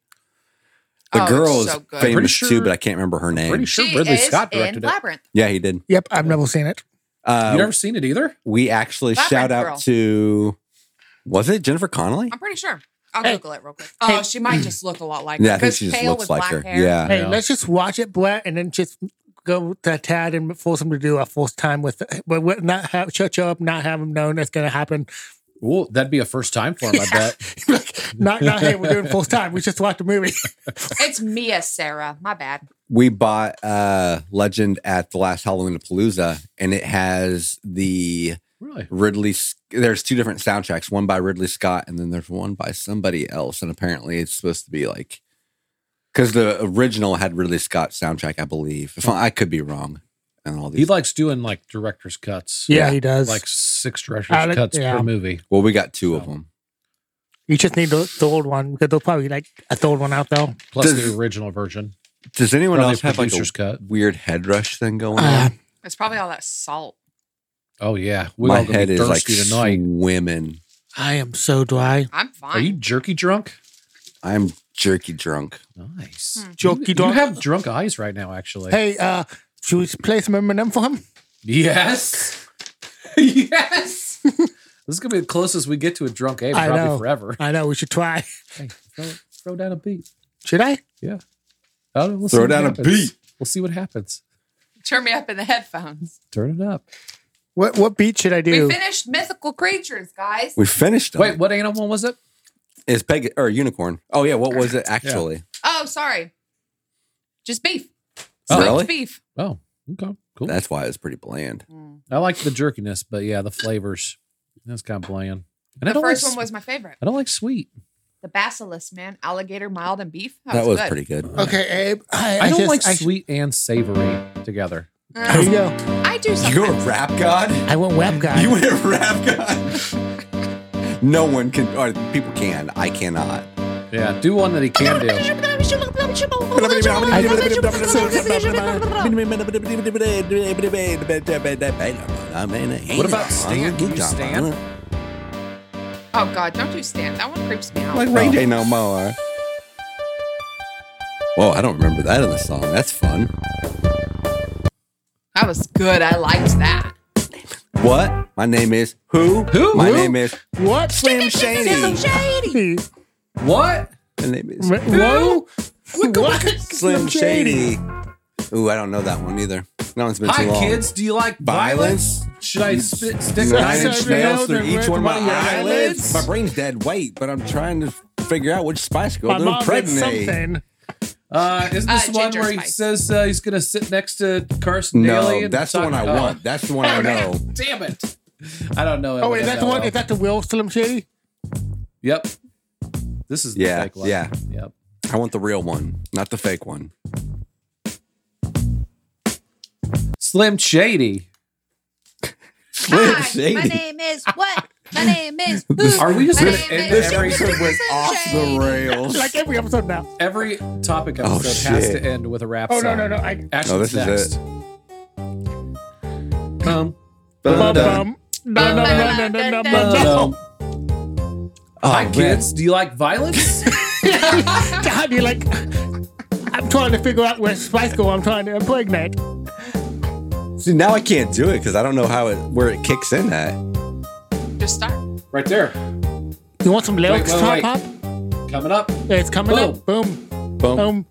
Speaker 2: Oh, it's
Speaker 4: girl is
Speaker 2: so good.
Speaker 3: Pretty
Speaker 4: famous
Speaker 3: sure-
Speaker 4: too, but I can't remember her name.
Speaker 3: Pretty sure Ridley Scott directed it.
Speaker 2: Labyrinth.
Speaker 4: Yeah, he did.
Speaker 1: Yep, I've never seen it.
Speaker 4: Uh,
Speaker 3: you never seen it either.
Speaker 4: we actually
Speaker 2: Labyrinth
Speaker 4: shout out
Speaker 2: Girl.
Speaker 4: to was it Jennifer Connelly?
Speaker 2: I'm pretty sure. I'll
Speaker 1: Hey.
Speaker 2: Google it real quick. Oh,
Speaker 1: Hey.
Speaker 2: she might just look a lot like
Speaker 4: Yeah,
Speaker 2: her.
Speaker 4: I think
Speaker 2: 'cause
Speaker 4: she just
Speaker 2: pale
Speaker 4: looks
Speaker 2: with
Speaker 4: like
Speaker 2: black
Speaker 4: her.
Speaker 2: hair.
Speaker 4: Yeah.
Speaker 1: Hey,
Speaker 3: Yeah.
Speaker 1: let's just watch it, Brett, and then just go to Tad and force him to do a force time with. But we're not have shut you up, not have him known that's going to happen.
Speaker 3: Ooh, that'd be a first time for him. I bet.
Speaker 1: Like, not, not hey, we're doing full time. We just watched the movie.
Speaker 2: It's Mia Sarah. My bad.
Speaker 4: we bought uh Legend at the last Halloween Palooza, and it has the
Speaker 3: Really?
Speaker 4: Ridley. S- There's two different soundtracks, one by Ridley Scott, and then there's one by somebody else. And apparently, it's supposed to be like because the original had Ridley Scott soundtrack, I believe. If I, I could be wrong, and all
Speaker 3: He
Speaker 4: these.
Speaker 3: likes doing like director's cuts.
Speaker 1: Yeah, he does.
Speaker 3: Like six director's
Speaker 1: Alex-
Speaker 3: cuts
Speaker 1: yeah.
Speaker 3: per movie.
Speaker 4: well, we got two of
Speaker 3: So.
Speaker 4: them.
Speaker 1: You just need the, the old one because they'll probably like a the old one out though.
Speaker 3: Plus
Speaker 4: Does-
Speaker 3: the original version.
Speaker 4: Does anyone
Speaker 3: Probably
Speaker 4: else have like a
Speaker 3: producer's cut.
Speaker 4: weird head rush thing going
Speaker 1: Uh,
Speaker 4: on?
Speaker 2: It's probably all that salt.
Speaker 3: Oh yeah, we're
Speaker 4: My
Speaker 3: all gonna
Speaker 4: head
Speaker 3: be
Speaker 4: is like
Speaker 3: thirsty tonight.
Speaker 4: swimming.
Speaker 1: I am so dry.
Speaker 2: I'm
Speaker 3: Are you
Speaker 2: fine.
Speaker 3: jerky drunk?
Speaker 4: I'm jerky drunk.
Speaker 3: Nice.
Speaker 2: Hmm.
Speaker 3: You-
Speaker 1: Jerky
Speaker 3: you,
Speaker 1: drunk.
Speaker 3: have drunk eyes right now, actually.
Speaker 1: Hey, uh, should we play some Eminem for him?
Speaker 3: Yes. yes. this is gonna be the closest we get to a drunk Abe
Speaker 1: I
Speaker 3: probably
Speaker 1: know.
Speaker 3: forever.
Speaker 1: I know we should try.
Speaker 3: Hey, throw, throw down a beat.
Speaker 1: Should I?
Speaker 3: I don't know, we'll see
Speaker 4: Throw
Speaker 3: what
Speaker 4: down a
Speaker 3: happens.
Speaker 4: beat.
Speaker 3: We'll see what happens.
Speaker 2: Turn me up in the headphones.
Speaker 3: Turn it up.
Speaker 1: What what beat should I do?
Speaker 2: We finished mythical creatures, guys.
Speaker 4: We finished.
Speaker 3: Wait,
Speaker 4: Wait,
Speaker 3: what animal was it?
Speaker 4: is Peg or unicorn? Oh yeah, what was it actually?
Speaker 2: Oh, sorry. Just beef.
Speaker 3: Oh,
Speaker 2: Smoked
Speaker 4: really?
Speaker 2: beef.
Speaker 3: Oh, okay, cool.
Speaker 4: That's why it was pretty bland.
Speaker 3: I liked the jerkiness, but yeah, the flavors. That's kind of bland. And I
Speaker 2: The
Speaker 3: don't
Speaker 2: first
Speaker 3: like,
Speaker 2: one was my favorite.
Speaker 3: I don't like sweet.
Speaker 2: The basilisk, man. Alligator, mild, and beef.
Speaker 4: That was
Speaker 2: good.
Speaker 4: pretty good.
Speaker 3: Uh,
Speaker 1: okay, Abe. I,
Speaker 3: I, don't
Speaker 1: just-
Speaker 3: like
Speaker 1: I-
Speaker 3: sweet and savory together.
Speaker 1: Here you
Speaker 2: Uh,
Speaker 1: go.
Speaker 2: I do
Speaker 4: You're a
Speaker 2: sometimes.
Speaker 4: rap god.
Speaker 1: I went web guy.
Speaker 4: You went a rap god. no one can. Or people can. I cannot.
Speaker 3: Yeah, do one that he can do.
Speaker 4: What
Speaker 3: about Stan? Do you Stan?
Speaker 2: Oh, God. Don't do stand. That one creeps me out.
Speaker 4: Like Rain Day no more. Whoa, I don't remember that in the song. That's fun.
Speaker 2: that was good. I liked that.
Speaker 4: What? My name is who?
Speaker 3: Who?
Speaker 4: My
Speaker 3: Who?
Speaker 4: name is
Speaker 1: what?
Speaker 4: Slim Shady.
Speaker 1: Shady.
Speaker 3: What?
Speaker 4: My name is
Speaker 1: Whoa. What?
Speaker 4: Slim Shady. Ooh, I don't know that one either. That one's been
Speaker 3: Hi,
Speaker 4: too long.
Speaker 3: kids. Do you like
Speaker 4: Violence.
Speaker 3: Should I spit stick
Speaker 4: Nine inch
Speaker 1: Sorry,
Speaker 4: nails through
Speaker 1: Elder,
Speaker 4: each
Speaker 1: where's
Speaker 4: one of my
Speaker 1: my eyelids?
Speaker 4: eyelids. My brain's dead weight, but I'm trying to figure out which Spice Girl
Speaker 1: My
Speaker 4: to
Speaker 1: mom did
Speaker 4: impregnate.
Speaker 1: something.
Speaker 3: Uh, isn't this
Speaker 2: Uh,
Speaker 3: the one
Speaker 2: ginger
Speaker 3: where he
Speaker 2: spice.
Speaker 3: says uh, he's gonna sit next to Carson Daly?
Speaker 4: No,
Speaker 3: and
Speaker 4: that's the
Speaker 3: talk-
Speaker 4: one I
Speaker 3: oh.
Speaker 4: want. That's the one I know.
Speaker 3: Damn it! I don't know.
Speaker 1: Oh,
Speaker 3: Eminem
Speaker 1: wait, is that the one?
Speaker 3: well.
Speaker 1: Is that the Will Slim Shady?
Speaker 3: Yep. This is the
Speaker 4: Yeah,
Speaker 3: fake one.
Speaker 4: yeah.
Speaker 3: Yep.
Speaker 4: I want the real one, not the fake one.
Speaker 3: Slim Shady.
Speaker 4: Slim
Speaker 2: Hi,
Speaker 4: Shady.
Speaker 2: my name is what? My name is who?
Speaker 3: Are we just
Speaker 2: My
Speaker 3: gonna
Speaker 2: name
Speaker 3: end
Speaker 2: is-
Speaker 4: This
Speaker 3: this every
Speaker 4: episode went off the rails.
Speaker 1: Like every episode now.
Speaker 3: every topic episode
Speaker 4: Oh,
Speaker 3: has
Speaker 4: shit.
Speaker 3: to end with a rap
Speaker 1: Oh
Speaker 3: song?
Speaker 1: no no no! I
Speaker 3: Actually,
Speaker 4: No, this is
Speaker 3: next.
Speaker 1: bum
Speaker 3: Um,
Speaker 4: Dun,
Speaker 1: bum.
Speaker 4: dun.
Speaker 1: Dun, dun, dun, dun, dun, dun, dun, dun.
Speaker 3: um,
Speaker 4: Oh,
Speaker 3: hi,
Speaker 4: man.
Speaker 3: kids. Do you like violence?
Speaker 1: God, you like? I'm trying to figure out where Spice Girl. I'm trying to impregnate.
Speaker 4: See, now I can't do it because I don't know how it where it kicks in at.
Speaker 2: Just start.
Speaker 3: right there.
Speaker 1: You want some lyrics?
Speaker 3: wait,
Speaker 1: Top
Speaker 3: wait.
Speaker 1: pop.
Speaker 3: Coming up.
Speaker 1: It's coming up. Boom.
Speaker 4: Oh.
Speaker 1: Boom.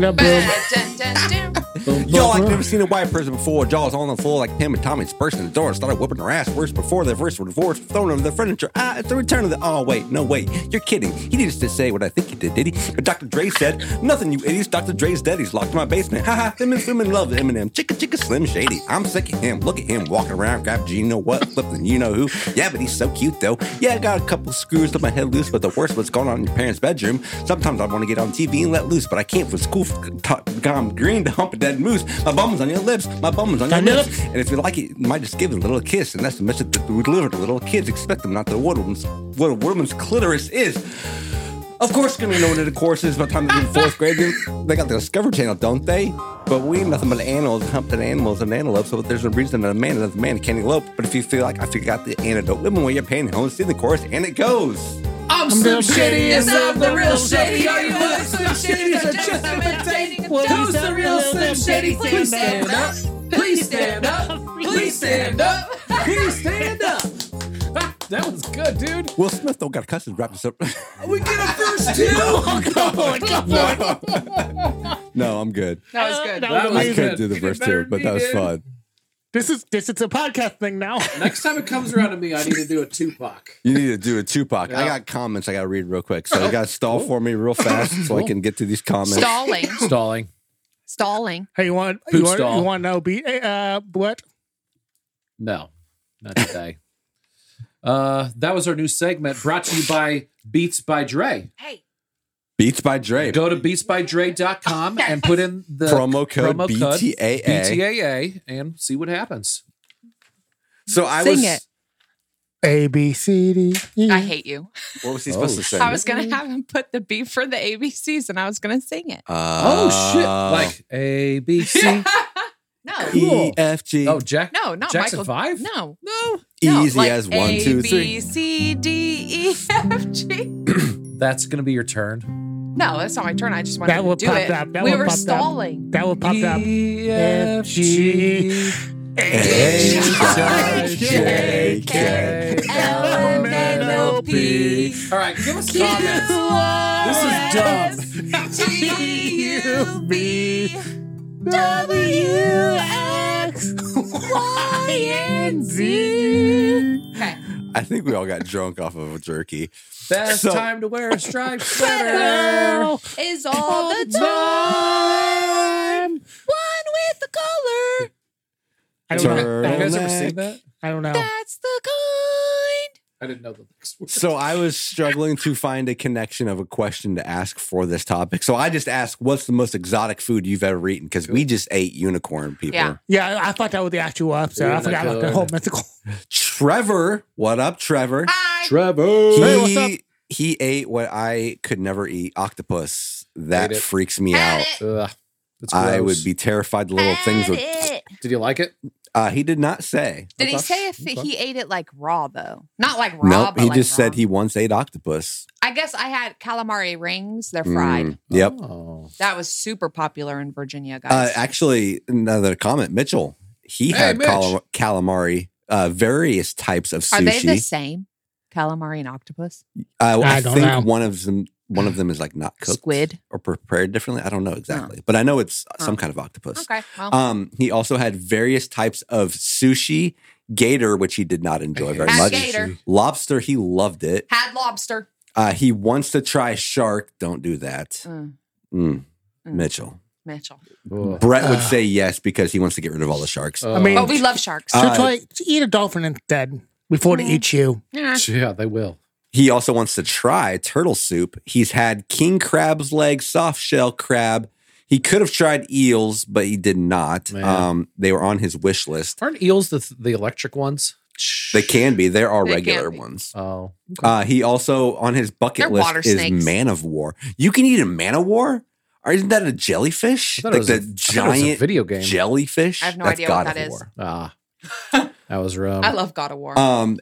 Speaker 1: La boom.
Speaker 2: Dun, dun, dun, dun.
Speaker 3: Boom,
Speaker 4: Y'all,
Speaker 3: boom.
Speaker 4: I've never seen a white person before. Jaws on the floor like Pam and Tommy burst in the door and started whipping her ass. Worse before their first were divorced, thrown over the furniture. Ah, it's the return of the. Oh, wait, no, wait. You're kidding. He didn't just say what I think he did, did he? But Dr. Dre said, nothing, you idiots. Dr. Dre's dead. He's locked in my basement. Ha ha. Them and women love Eminem. Chicka chicka slim shady. I'm sick of him. Look at him walking around, grab you know what, flipping you know who. Yeah, but he's so cute though. Yeah, I got a couple screws up my head loose, but the worst was going on in your parents' bedroom. Sometimes I want to get on TV and let loose, but I can't for school top gum green to hump a dead moose. My bum's on your lips, my bum's on your
Speaker 1: On your
Speaker 4: lips. And if you like it, you might just give it a little kiss, and that's the message that we deliver to little kids. Expect them not to know what a woman's, what a woman's clitoris is. Of course, gonna know what the course is by the time they're in fourth grade. dude. They got the Discovery Channel, don't they? But we ain't nothing but animals, humping animals and antelopes. So there's a reason that a man is a man can't elope. But if you feel like I forgot the antidote, women wear your pantyhose, see the chorus, and it goes.
Speaker 3: I'm
Speaker 1: the
Speaker 3: Slim Shady
Speaker 1: shittiest
Speaker 3: and I'm
Speaker 1: of
Speaker 3: the
Speaker 1: the
Speaker 3: real
Speaker 1: real
Speaker 3: Shady.
Speaker 1: shitty.
Speaker 3: Are you with Slim Shady? Is it just a mistake? Who's the real Slim Shady? Please stand up. Please stand up. Please stand up. Please stand up. That was good, dude.
Speaker 4: Will Smith don't got a cuss and wrap this up.
Speaker 3: We get a first two.
Speaker 4: no, I'm good.
Speaker 2: That was good.
Speaker 1: That was
Speaker 4: I
Speaker 1: amazing.
Speaker 4: couldn't do the
Speaker 3: You did
Speaker 4: verse
Speaker 3: better than
Speaker 4: two, but
Speaker 3: me,
Speaker 4: that was
Speaker 3: dude.
Speaker 4: fun.
Speaker 1: This is this is a podcast thing now.
Speaker 3: Next time it comes around to me, I need to do a Tupac.
Speaker 4: You need to do a Tupac. I
Speaker 3: Yeah.
Speaker 4: got comments I gotta read real quick, so you gotta stall for me real fast so I
Speaker 3: Cool.
Speaker 4: can get to these comments.
Speaker 2: Stalling.
Speaker 3: Stalling.
Speaker 2: Stalling.
Speaker 1: Hey, you want
Speaker 3: Poot
Speaker 1: you want,
Speaker 3: stall.
Speaker 1: you want no beat? Hey, uh, what?
Speaker 3: No, not today. Uh, that was our new segment brought to you by Beats by Dre.
Speaker 2: Hey.
Speaker 4: Beats by Dre.
Speaker 3: Go uh, to beatsbydre.com and put in the
Speaker 4: Promo code BTAA.
Speaker 3: BTAA and see what happens.
Speaker 4: So I
Speaker 2: Sing
Speaker 4: was
Speaker 2: it.
Speaker 1: A B C D. E.
Speaker 2: I hate you.
Speaker 4: What was he
Speaker 3: Oh,
Speaker 4: supposed to say?
Speaker 2: I was going to have him put the B for the ABCs and I was going to sing it.
Speaker 3: Oh, shit!
Speaker 4: Uh,
Speaker 3: Like A B C.
Speaker 2: no.
Speaker 4: E F G.
Speaker 3: Oh, Jack.
Speaker 2: No, not
Speaker 3: Jackson
Speaker 2: Michael.
Speaker 3: Five.
Speaker 2: No.
Speaker 3: no.
Speaker 2: No,
Speaker 4: Easy
Speaker 2: like
Speaker 4: as one,
Speaker 2: A,
Speaker 4: two,
Speaker 2: B,
Speaker 4: three.
Speaker 2: C, D, E, F, G.
Speaker 3: That's gonna be your turn.
Speaker 2: No, that's not my turn. I just wanted
Speaker 1: That
Speaker 2: to
Speaker 1: would
Speaker 2: do
Speaker 1: pop
Speaker 2: it.
Speaker 1: up. That
Speaker 2: we
Speaker 1: would
Speaker 2: were
Speaker 1: pop up.
Speaker 2: stalling.
Speaker 1: That would pop up.
Speaker 3: E
Speaker 1: F, G,
Speaker 4: I, J,
Speaker 3: K,
Speaker 2: L, M, N, O, P.
Speaker 3: All right, give us comments. This is dumb.
Speaker 2: G U B Okay.
Speaker 4: I think we all got drunk off of jerky.
Speaker 3: Best
Speaker 4: So-
Speaker 3: time to wear a striped sweater.
Speaker 2: Is all the
Speaker 1: Time.
Speaker 2: one with the color.
Speaker 1: I don't know.
Speaker 4: Turn.
Speaker 1: I
Speaker 3: you guys
Speaker 1: don't,
Speaker 3: ever seen that?
Speaker 1: I don't know.
Speaker 2: That's the kind.
Speaker 3: I didn't know the next word.
Speaker 4: So I was struggling to find a connection of a question to ask for this topic. So I just asked, "What's the most exotic food you've ever eaten?" Because we just ate unicorn, people.
Speaker 2: Yeah.
Speaker 1: Yeah, I thought that was the actual episode.
Speaker 3: Yeah,
Speaker 1: I forgot about the
Speaker 3: good.
Speaker 1: whole mythical.
Speaker 4: Trevor, what up, Trevor?
Speaker 2: I
Speaker 3: Trevor.
Speaker 1: Hey, what's up?
Speaker 4: He ate what I could never eat: octopus. That
Speaker 3: Ate it.
Speaker 4: freaks me
Speaker 2: had
Speaker 4: out.
Speaker 2: it.
Speaker 3: Ugh, that's
Speaker 4: I
Speaker 3: gross.
Speaker 4: would be terrified. The little
Speaker 2: Had
Speaker 4: things would.
Speaker 2: it.
Speaker 3: Did you like it?
Speaker 4: Uh, he did not say.
Speaker 2: Did he
Speaker 3: Okay.
Speaker 2: say if
Speaker 3: Okay.
Speaker 2: he ate it like raw though? Not like raw.
Speaker 4: Nope.
Speaker 2: but
Speaker 4: He
Speaker 2: like
Speaker 4: just said
Speaker 2: raw.
Speaker 4: he once ate octopus.
Speaker 2: I guess I had calamari rings. They're fried.
Speaker 4: Mm, yep.
Speaker 3: Oh.
Speaker 2: That was super popular in Virginia,
Speaker 4: Uh,
Speaker 2: guys.
Speaker 4: actually, another comment. Mitchell, he
Speaker 3: Hey,
Speaker 4: had
Speaker 3: Mitch.
Speaker 4: cala- calamari, uh, various types of sushi.
Speaker 2: Are they the same? Calamari and octopus,
Speaker 4: Uh, I,
Speaker 1: I don't
Speaker 4: think
Speaker 1: know.
Speaker 4: one of them, one of them is like not cooked
Speaker 2: squid.
Speaker 4: or prepared differently. I don't know exactly, but I know it's some
Speaker 2: Huh.
Speaker 4: kind of octopus.
Speaker 2: Okay, well,
Speaker 4: Um, he also had various types of sushi, gator, which he did not enjoy very
Speaker 2: Had
Speaker 4: much.
Speaker 2: gator.
Speaker 4: Lobster, he loved it.
Speaker 2: had lobster.
Speaker 4: Uh, he wants to try shark. Don't do that,
Speaker 2: Mm,
Speaker 4: Mm,
Speaker 2: mm,
Speaker 4: Mitchell.
Speaker 2: Mitchell.
Speaker 3: Ugh.
Speaker 4: Brett would
Speaker 1: Uh.
Speaker 4: say yes because he wants to get rid of all the sharks.
Speaker 3: Ah. Uh,
Speaker 1: I mean-
Speaker 2: But we love sharks.
Speaker 4: Uh,
Speaker 1: So try eat a dolphin instead before it
Speaker 2: Mm.
Speaker 1: eats you.
Speaker 2: Yeah.
Speaker 3: yeah, they will.
Speaker 4: He also wants to try turtle soup. He's had king crab's leg, soft shell crab. He could have tried eels, but he did not.
Speaker 3: Man.
Speaker 4: Um, they were on his wish list.
Speaker 3: Aren't eels the the electric ones?
Speaker 4: They can be. There are
Speaker 2: They can
Speaker 4: regular
Speaker 2: be.
Speaker 4: ones.
Speaker 3: Oh,
Speaker 4: Uh, he also on his bucket
Speaker 2: They're water
Speaker 4: list
Speaker 2: snakes.
Speaker 4: is man of war. You can eat a man of war. Or isn't that a jellyfish?
Speaker 3: I thought it
Speaker 4: Like
Speaker 3: was a- I
Speaker 4: the
Speaker 3: thought it was a
Speaker 4: giant
Speaker 3: video game.
Speaker 4: jellyfish.
Speaker 2: I have no idea what
Speaker 4: God
Speaker 2: that
Speaker 4: of
Speaker 2: is.
Speaker 4: War.
Speaker 3: Ah, that was wrong.
Speaker 2: I love God of War.
Speaker 4: Um,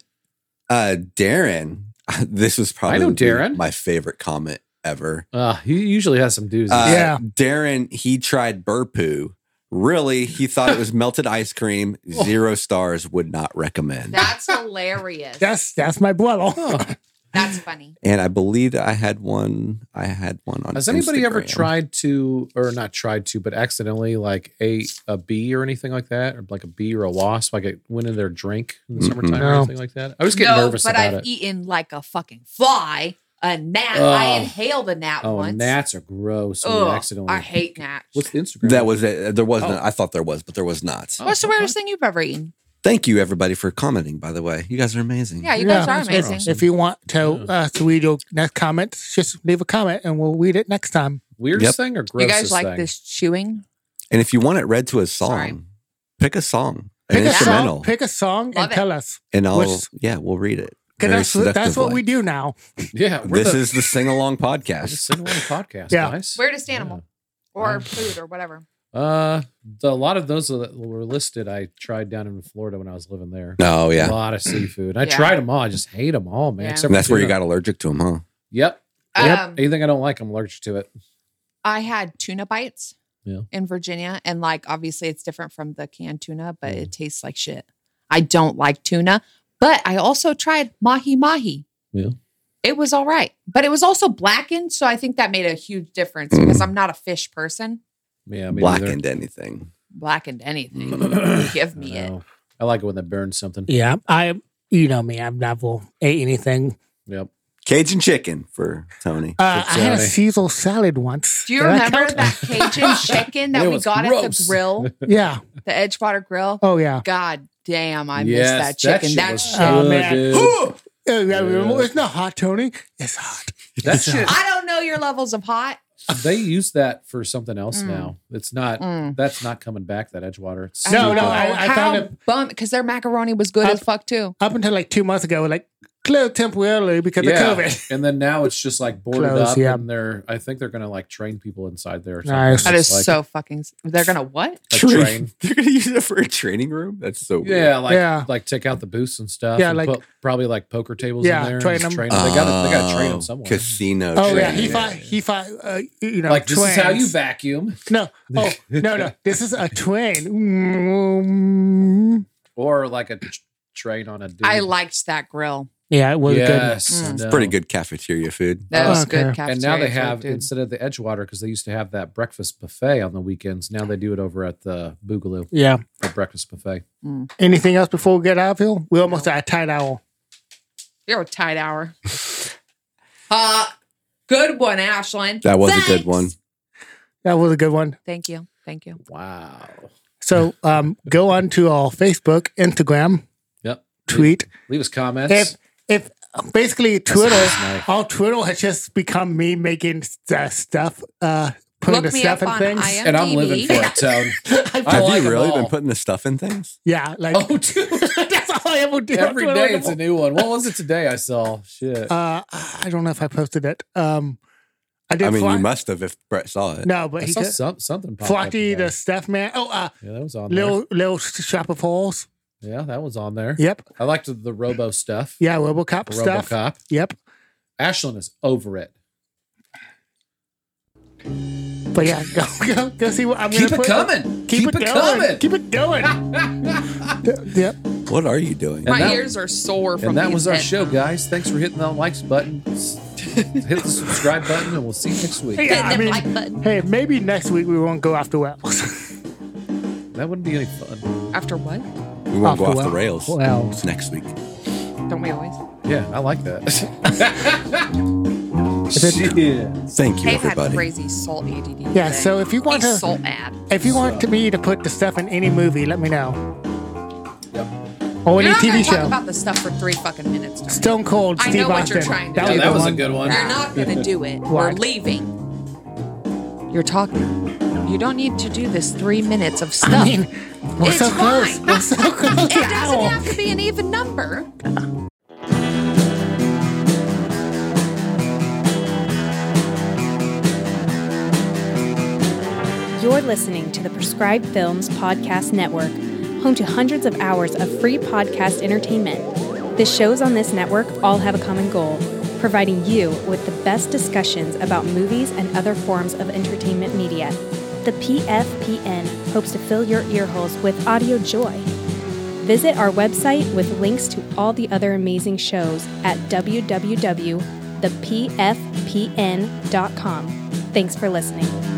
Speaker 4: uh, Darren. This was probably
Speaker 3: know Darren.
Speaker 4: my favorite comment ever.
Speaker 3: Uh, he usually has some doozies.
Speaker 4: Uh,
Speaker 1: Yeah.
Speaker 4: Darren, he tried burpoo. Really, he thought it was melted ice cream. Zero stars would not recommend.
Speaker 2: that's hilarious.
Speaker 1: That's that's my brother.
Speaker 3: Huh.
Speaker 2: That's funny.
Speaker 4: and I believe that I had one. I had one on.
Speaker 3: Has anybody ever
Speaker 4: Instagram.
Speaker 3: tried to, or not tried to, but accidentally like ate a bee or anything like that, or like a bee or a wasp, like it went in their drink in the
Speaker 4: Mm-mm.
Speaker 3: summertime or
Speaker 1: No.
Speaker 3: anything like that? I was getting
Speaker 2: no,
Speaker 3: nervous
Speaker 2: but
Speaker 3: about
Speaker 2: I've
Speaker 3: it.
Speaker 2: eaten like a fucking fly, a gnat.
Speaker 3: Ugh.
Speaker 2: I inhaled a gnat
Speaker 3: Oh,
Speaker 2: once.
Speaker 3: gnats are gross. and you
Speaker 2: Ugh,
Speaker 3: accidentally.
Speaker 2: I hate gnats.
Speaker 3: What's the Instagram?
Speaker 4: That was it. There was
Speaker 3: Oh.
Speaker 4: not I thought there was, but there was not.
Speaker 3: Oh,
Speaker 2: What's the
Speaker 3: okay.
Speaker 2: weirdest thing you've ever eaten?
Speaker 4: Thank you, everybody, for commenting. By the way, you guys are amazing.
Speaker 2: Yeah, you
Speaker 1: Yeah,
Speaker 2: guys are
Speaker 3: that's what I
Speaker 2: amazing.
Speaker 3: was
Speaker 1: If you want to uh, to read your next comment, just leave a comment and we'll read it next time.
Speaker 3: weirdest
Speaker 4: Yep.
Speaker 3: thing or
Speaker 2: You
Speaker 3: grossest
Speaker 2: guys like
Speaker 3: thing?
Speaker 2: this chewing?
Speaker 4: And if you want it read to a song,
Speaker 2: Sorry.
Speaker 4: pick a song,
Speaker 1: Pick
Speaker 4: an
Speaker 1: a
Speaker 4: instrumental,
Speaker 1: song. Pick a song
Speaker 2: Love
Speaker 1: and
Speaker 2: it.
Speaker 1: tell us.
Speaker 4: and I'll
Speaker 1: Which-
Speaker 4: yeah, we'll read it.
Speaker 1: 'Cause
Speaker 4: very
Speaker 1: that's that's what
Speaker 4: seductively.
Speaker 1: we do now.
Speaker 3: Yeah, we're
Speaker 4: This
Speaker 3: the,
Speaker 4: is the sing along
Speaker 3: we're the
Speaker 4: podcast.
Speaker 3: Sin Away podcast,
Speaker 1: Yeah.
Speaker 3: guys.
Speaker 2: Weirdest
Speaker 3: Yeah.
Speaker 2: animal or
Speaker 3: Um,
Speaker 2: food or whatever.
Speaker 3: Uh, the, a lot of those that were listed, I tried down in Florida when I was living there.
Speaker 4: Oh
Speaker 3: A
Speaker 4: yeah,
Speaker 3: lot of seafood. I
Speaker 2: Yeah.
Speaker 3: tried them all. I just hate them all, man.
Speaker 2: Yeah.
Speaker 3: Except
Speaker 4: and that's
Speaker 3: for
Speaker 4: where you
Speaker 3: tuna.
Speaker 4: got allergic to them, huh?
Speaker 3: Yep.
Speaker 1: Yep.
Speaker 2: Um,
Speaker 3: Anything I don't like, I'm allergic to it.
Speaker 2: I had tuna bites
Speaker 3: Yeah.
Speaker 2: in Virginia, and like obviously it's different from the canned tuna, but
Speaker 3: Mm.
Speaker 2: it tastes like shit. I don't like tuna, but I also tried mahi mahi.
Speaker 3: Yeah.
Speaker 2: It was all right, but it was also blackened, so I think that made a huge difference
Speaker 3: Mm-hmm.
Speaker 2: because I'm not a fish person.
Speaker 3: Yeah, me neither.
Speaker 4: Blackened anything.
Speaker 2: Blackened anything,
Speaker 3: Mm.
Speaker 2: give
Speaker 3: I
Speaker 2: me it.
Speaker 3: know. I like it when they burn something.
Speaker 1: Yeah, I you know me. I've never ate anything.
Speaker 3: Yep.
Speaker 2: Oh,
Speaker 4: Cajun chicken for Tony.
Speaker 1: Uh, I had a
Speaker 3: Johnny.
Speaker 1: Caesar salad once.
Speaker 2: Do you
Speaker 1: Did I
Speaker 2: remember
Speaker 1: count?
Speaker 2: that Cajun chicken that
Speaker 3: It
Speaker 2: we
Speaker 3: was
Speaker 2: got at the
Speaker 3: gross.
Speaker 2: grill,
Speaker 1: Yeah.
Speaker 2: the Edgewater Grill?
Speaker 1: Oh yeah.
Speaker 2: God damn, I
Speaker 3: Yes,
Speaker 2: missed that chicken. That
Speaker 3: was
Speaker 2: shit.
Speaker 1: Oh,
Speaker 3: good,
Speaker 1: man.
Speaker 3: dude.
Speaker 4: Ooh!
Speaker 1: Oh, yeah,
Speaker 3: Yeah.
Speaker 1: It's not hot, Tony. It's hot.
Speaker 3: That shit.
Speaker 1: Oh,
Speaker 2: I don't know your levels of hot.
Speaker 3: They use that for something else
Speaker 2: Mm.
Speaker 3: now. It's not.
Speaker 2: Mm.
Speaker 3: That's not coming back. That Edgewater. It's
Speaker 1: No,
Speaker 3: stupid.
Speaker 1: no, I- I
Speaker 2: how
Speaker 1: found it-
Speaker 2: bum because their macaroni was good
Speaker 1: I-
Speaker 2: as fuck too.
Speaker 1: Up until like two months ago, like closed temporarily because of COVID.
Speaker 3: and then now it's just like boarded
Speaker 1: Close,
Speaker 3: up,
Speaker 1: yeah.
Speaker 3: and they're. I think they're going to like train people inside there. Or something.
Speaker 1: Nice.
Speaker 3: It's
Speaker 2: That is
Speaker 3: like-
Speaker 2: so fucking. They're gonna what?
Speaker 3: like
Speaker 4: Train-
Speaker 3: train.
Speaker 4: They're gonna use it for a training room. That's so
Speaker 3: Yeah, like
Speaker 1: Yeah.
Speaker 3: like take out the booths and stuff.
Speaker 1: Yeah,
Speaker 3: and
Speaker 1: like-
Speaker 3: put probably like poker tables
Speaker 1: Yeah,
Speaker 3: in there.
Speaker 1: train
Speaker 3: and just
Speaker 1: them.
Speaker 3: Train them. They got they got to train
Speaker 4: Oh,
Speaker 3: them somewhere.
Speaker 4: Casino.
Speaker 1: Oh yeah,
Speaker 4: training.
Speaker 1: he fought. He fought. Uh, you know,
Speaker 3: like this is how you
Speaker 1: twins.
Speaker 3: vacuum,
Speaker 1: No, oh no, no. This is a twin. Mm.
Speaker 3: or like a t- train on a. Dude.
Speaker 2: I liked that grill.
Speaker 1: Yeah, it was good.
Speaker 3: yes,
Speaker 2: Mm.
Speaker 3: I know.
Speaker 4: Pretty good cafeteria food.
Speaker 2: That was
Speaker 1: Oh, Okay.
Speaker 2: good.
Speaker 3: And now
Speaker 2: cafeteria
Speaker 3: they
Speaker 2: food,
Speaker 3: have
Speaker 2: dude.
Speaker 3: instead of the Edgewater because they used to have that breakfast buffet on the weekends. Now they do it over at the Boogaloo,
Speaker 1: Yeah.
Speaker 3: the breakfast buffet.
Speaker 1: Anything else before we get out of here? We almost at a tight owl.
Speaker 2: You're a tight hour. Uh, good one, Ashlyn.
Speaker 4: That was
Speaker 2: Thanks.
Speaker 4: a good one.
Speaker 1: That was a good one.
Speaker 2: Thank you. Thank you.
Speaker 3: Wow.
Speaker 1: So um, go on to our Facebook, Instagram,
Speaker 3: Yep.
Speaker 1: tweet.
Speaker 3: Leave us comments.
Speaker 1: If if basically
Speaker 3: That's
Speaker 1: Twitter,
Speaker 3: nice.
Speaker 1: all Twitter has just become me making uh, stuff, uh, putting
Speaker 2: Look
Speaker 1: the
Speaker 2: me
Speaker 1: stuff
Speaker 2: up
Speaker 1: and
Speaker 2: on
Speaker 1: things.
Speaker 2: IM.
Speaker 3: and I'm living for it, Tone. I
Speaker 4: Have
Speaker 3: like
Speaker 4: you
Speaker 3: 'em
Speaker 4: really been
Speaker 3: all.
Speaker 4: putting the stuff in things?
Speaker 1: yeah, like
Speaker 3: Oh, dude.
Speaker 1: that's all I ever do. on
Speaker 3: Every
Speaker 1: Twitter.
Speaker 3: day it's a new one. What was it today? I saw shit.
Speaker 1: Uh, I don't know if I posted it. Um, I did.
Speaker 4: I mean,
Speaker 1: Fly-
Speaker 4: you must have if Brett saw it.
Speaker 1: No,
Speaker 3: I
Speaker 1: but he
Speaker 3: saw
Speaker 1: could.
Speaker 3: some, something. pop up
Speaker 1: Flocky
Speaker 3: today.
Speaker 1: the stuff man. Oh, uh,
Speaker 3: yeah, that was on
Speaker 1: little little shop of holes.
Speaker 3: there. Yeah, that was on there.
Speaker 1: Yep.
Speaker 3: I liked the, the Robo stuff.
Speaker 1: Yeah, RoboCop
Speaker 3: The
Speaker 1: stuff.
Speaker 3: RoboCop.
Speaker 1: Yep.
Speaker 3: Ashlyn is over it.
Speaker 1: But yeah, go go go see what I'm
Speaker 3: Keep
Speaker 1: gonna
Speaker 3: it
Speaker 1: put-
Speaker 3: coming.
Speaker 1: Keep, it, going.
Speaker 3: coming.
Speaker 1: Keep it going. yep.
Speaker 4: What are you doing?
Speaker 3: And
Speaker 2: My
Speaker 3: that-
Speaker 2: ears are sore from
Speaker 3: and that
Speaker 2: these
Speaker 3: was our
Speaker 2: hits.
Speaker 3: show, guys. Thanks for hitting that likes button. Hit the subscribe button, and we'll see you next week.
Speaker 1: Yeah, I
Speaker 2: the
Speaker 1: mean,
Speaker 2: like button.
Speaker 1: hey, maybe next week we won't go after wells.
Speaker 3: That wouldn't be any fun.
Speaker 2: After what?
Speaker 4: We won't
Speaker 1: After
Speaker 4: go off the
Speaker 1: Wells.
Speaker 4: rails.
Speaker 1: Wells.
Speaker 4: It's next week.
Speaker 2: Don't we always?
Speaker 3: Yeah, I like that.
Speaker 1: it-
Speaker 3: Shit.
Speaker 4: Thank you,
Speaker 2: They had
Speaker 4: everybody.
Speaker 2: crazy salt ADD.
Speaker 1: Yeah.
Speaker 2: today.
Speaker 1: So if you want
Speaker 2: a
Speaker 1: to,
Speaker 2: salt ad.
Speaker 1: if you want to me to put the stuff in any movie, let me know. Or any
Speaker 2: You're not
Speaker 1: TV
Speaker 2: gonna talk
Speaker 1: show.
Speaker 2: about this stuff for three fucking minutes. Tony.
Speaker 1: Stone Cold
Speaker 2: I know
Speaker 1: Steve
Speaker 2: what
Speaker 1: Austin.
Speaker 2: you're trying to
Speaker 1: That'll be
Speaker 2: do.
Speaker 3: Yeah,
Speaker 1: the
Speaker 3: that was a
Speaker 1: one.
Speaker 3: good one.
Speaker 2: You're not gonna do it. We're
Speaker 1: What?
Speaker 2: leaving. You're talking. You don't need to do this three minutes of stuff.
Speaker 1: I mean, we're
Speaker 2: It's
Speaker 1: so close.
Speaker 2: fine.
Speaker 1: We're so close.
Speaker 2: it doesn't have to be an even number.
Speaker 5: You're listening to the Prescribed Films Podcast Network, home to hundreds of hours of free podcast entertainment. The shows on this network all have a common goal providing you with the best discussions about movies and other forms of entertainment media. The PFPN hopes to fill your earholes with audio joy. Visit our website with links to all the other amazing shows at www.thepfpn.com. Thanks for listening.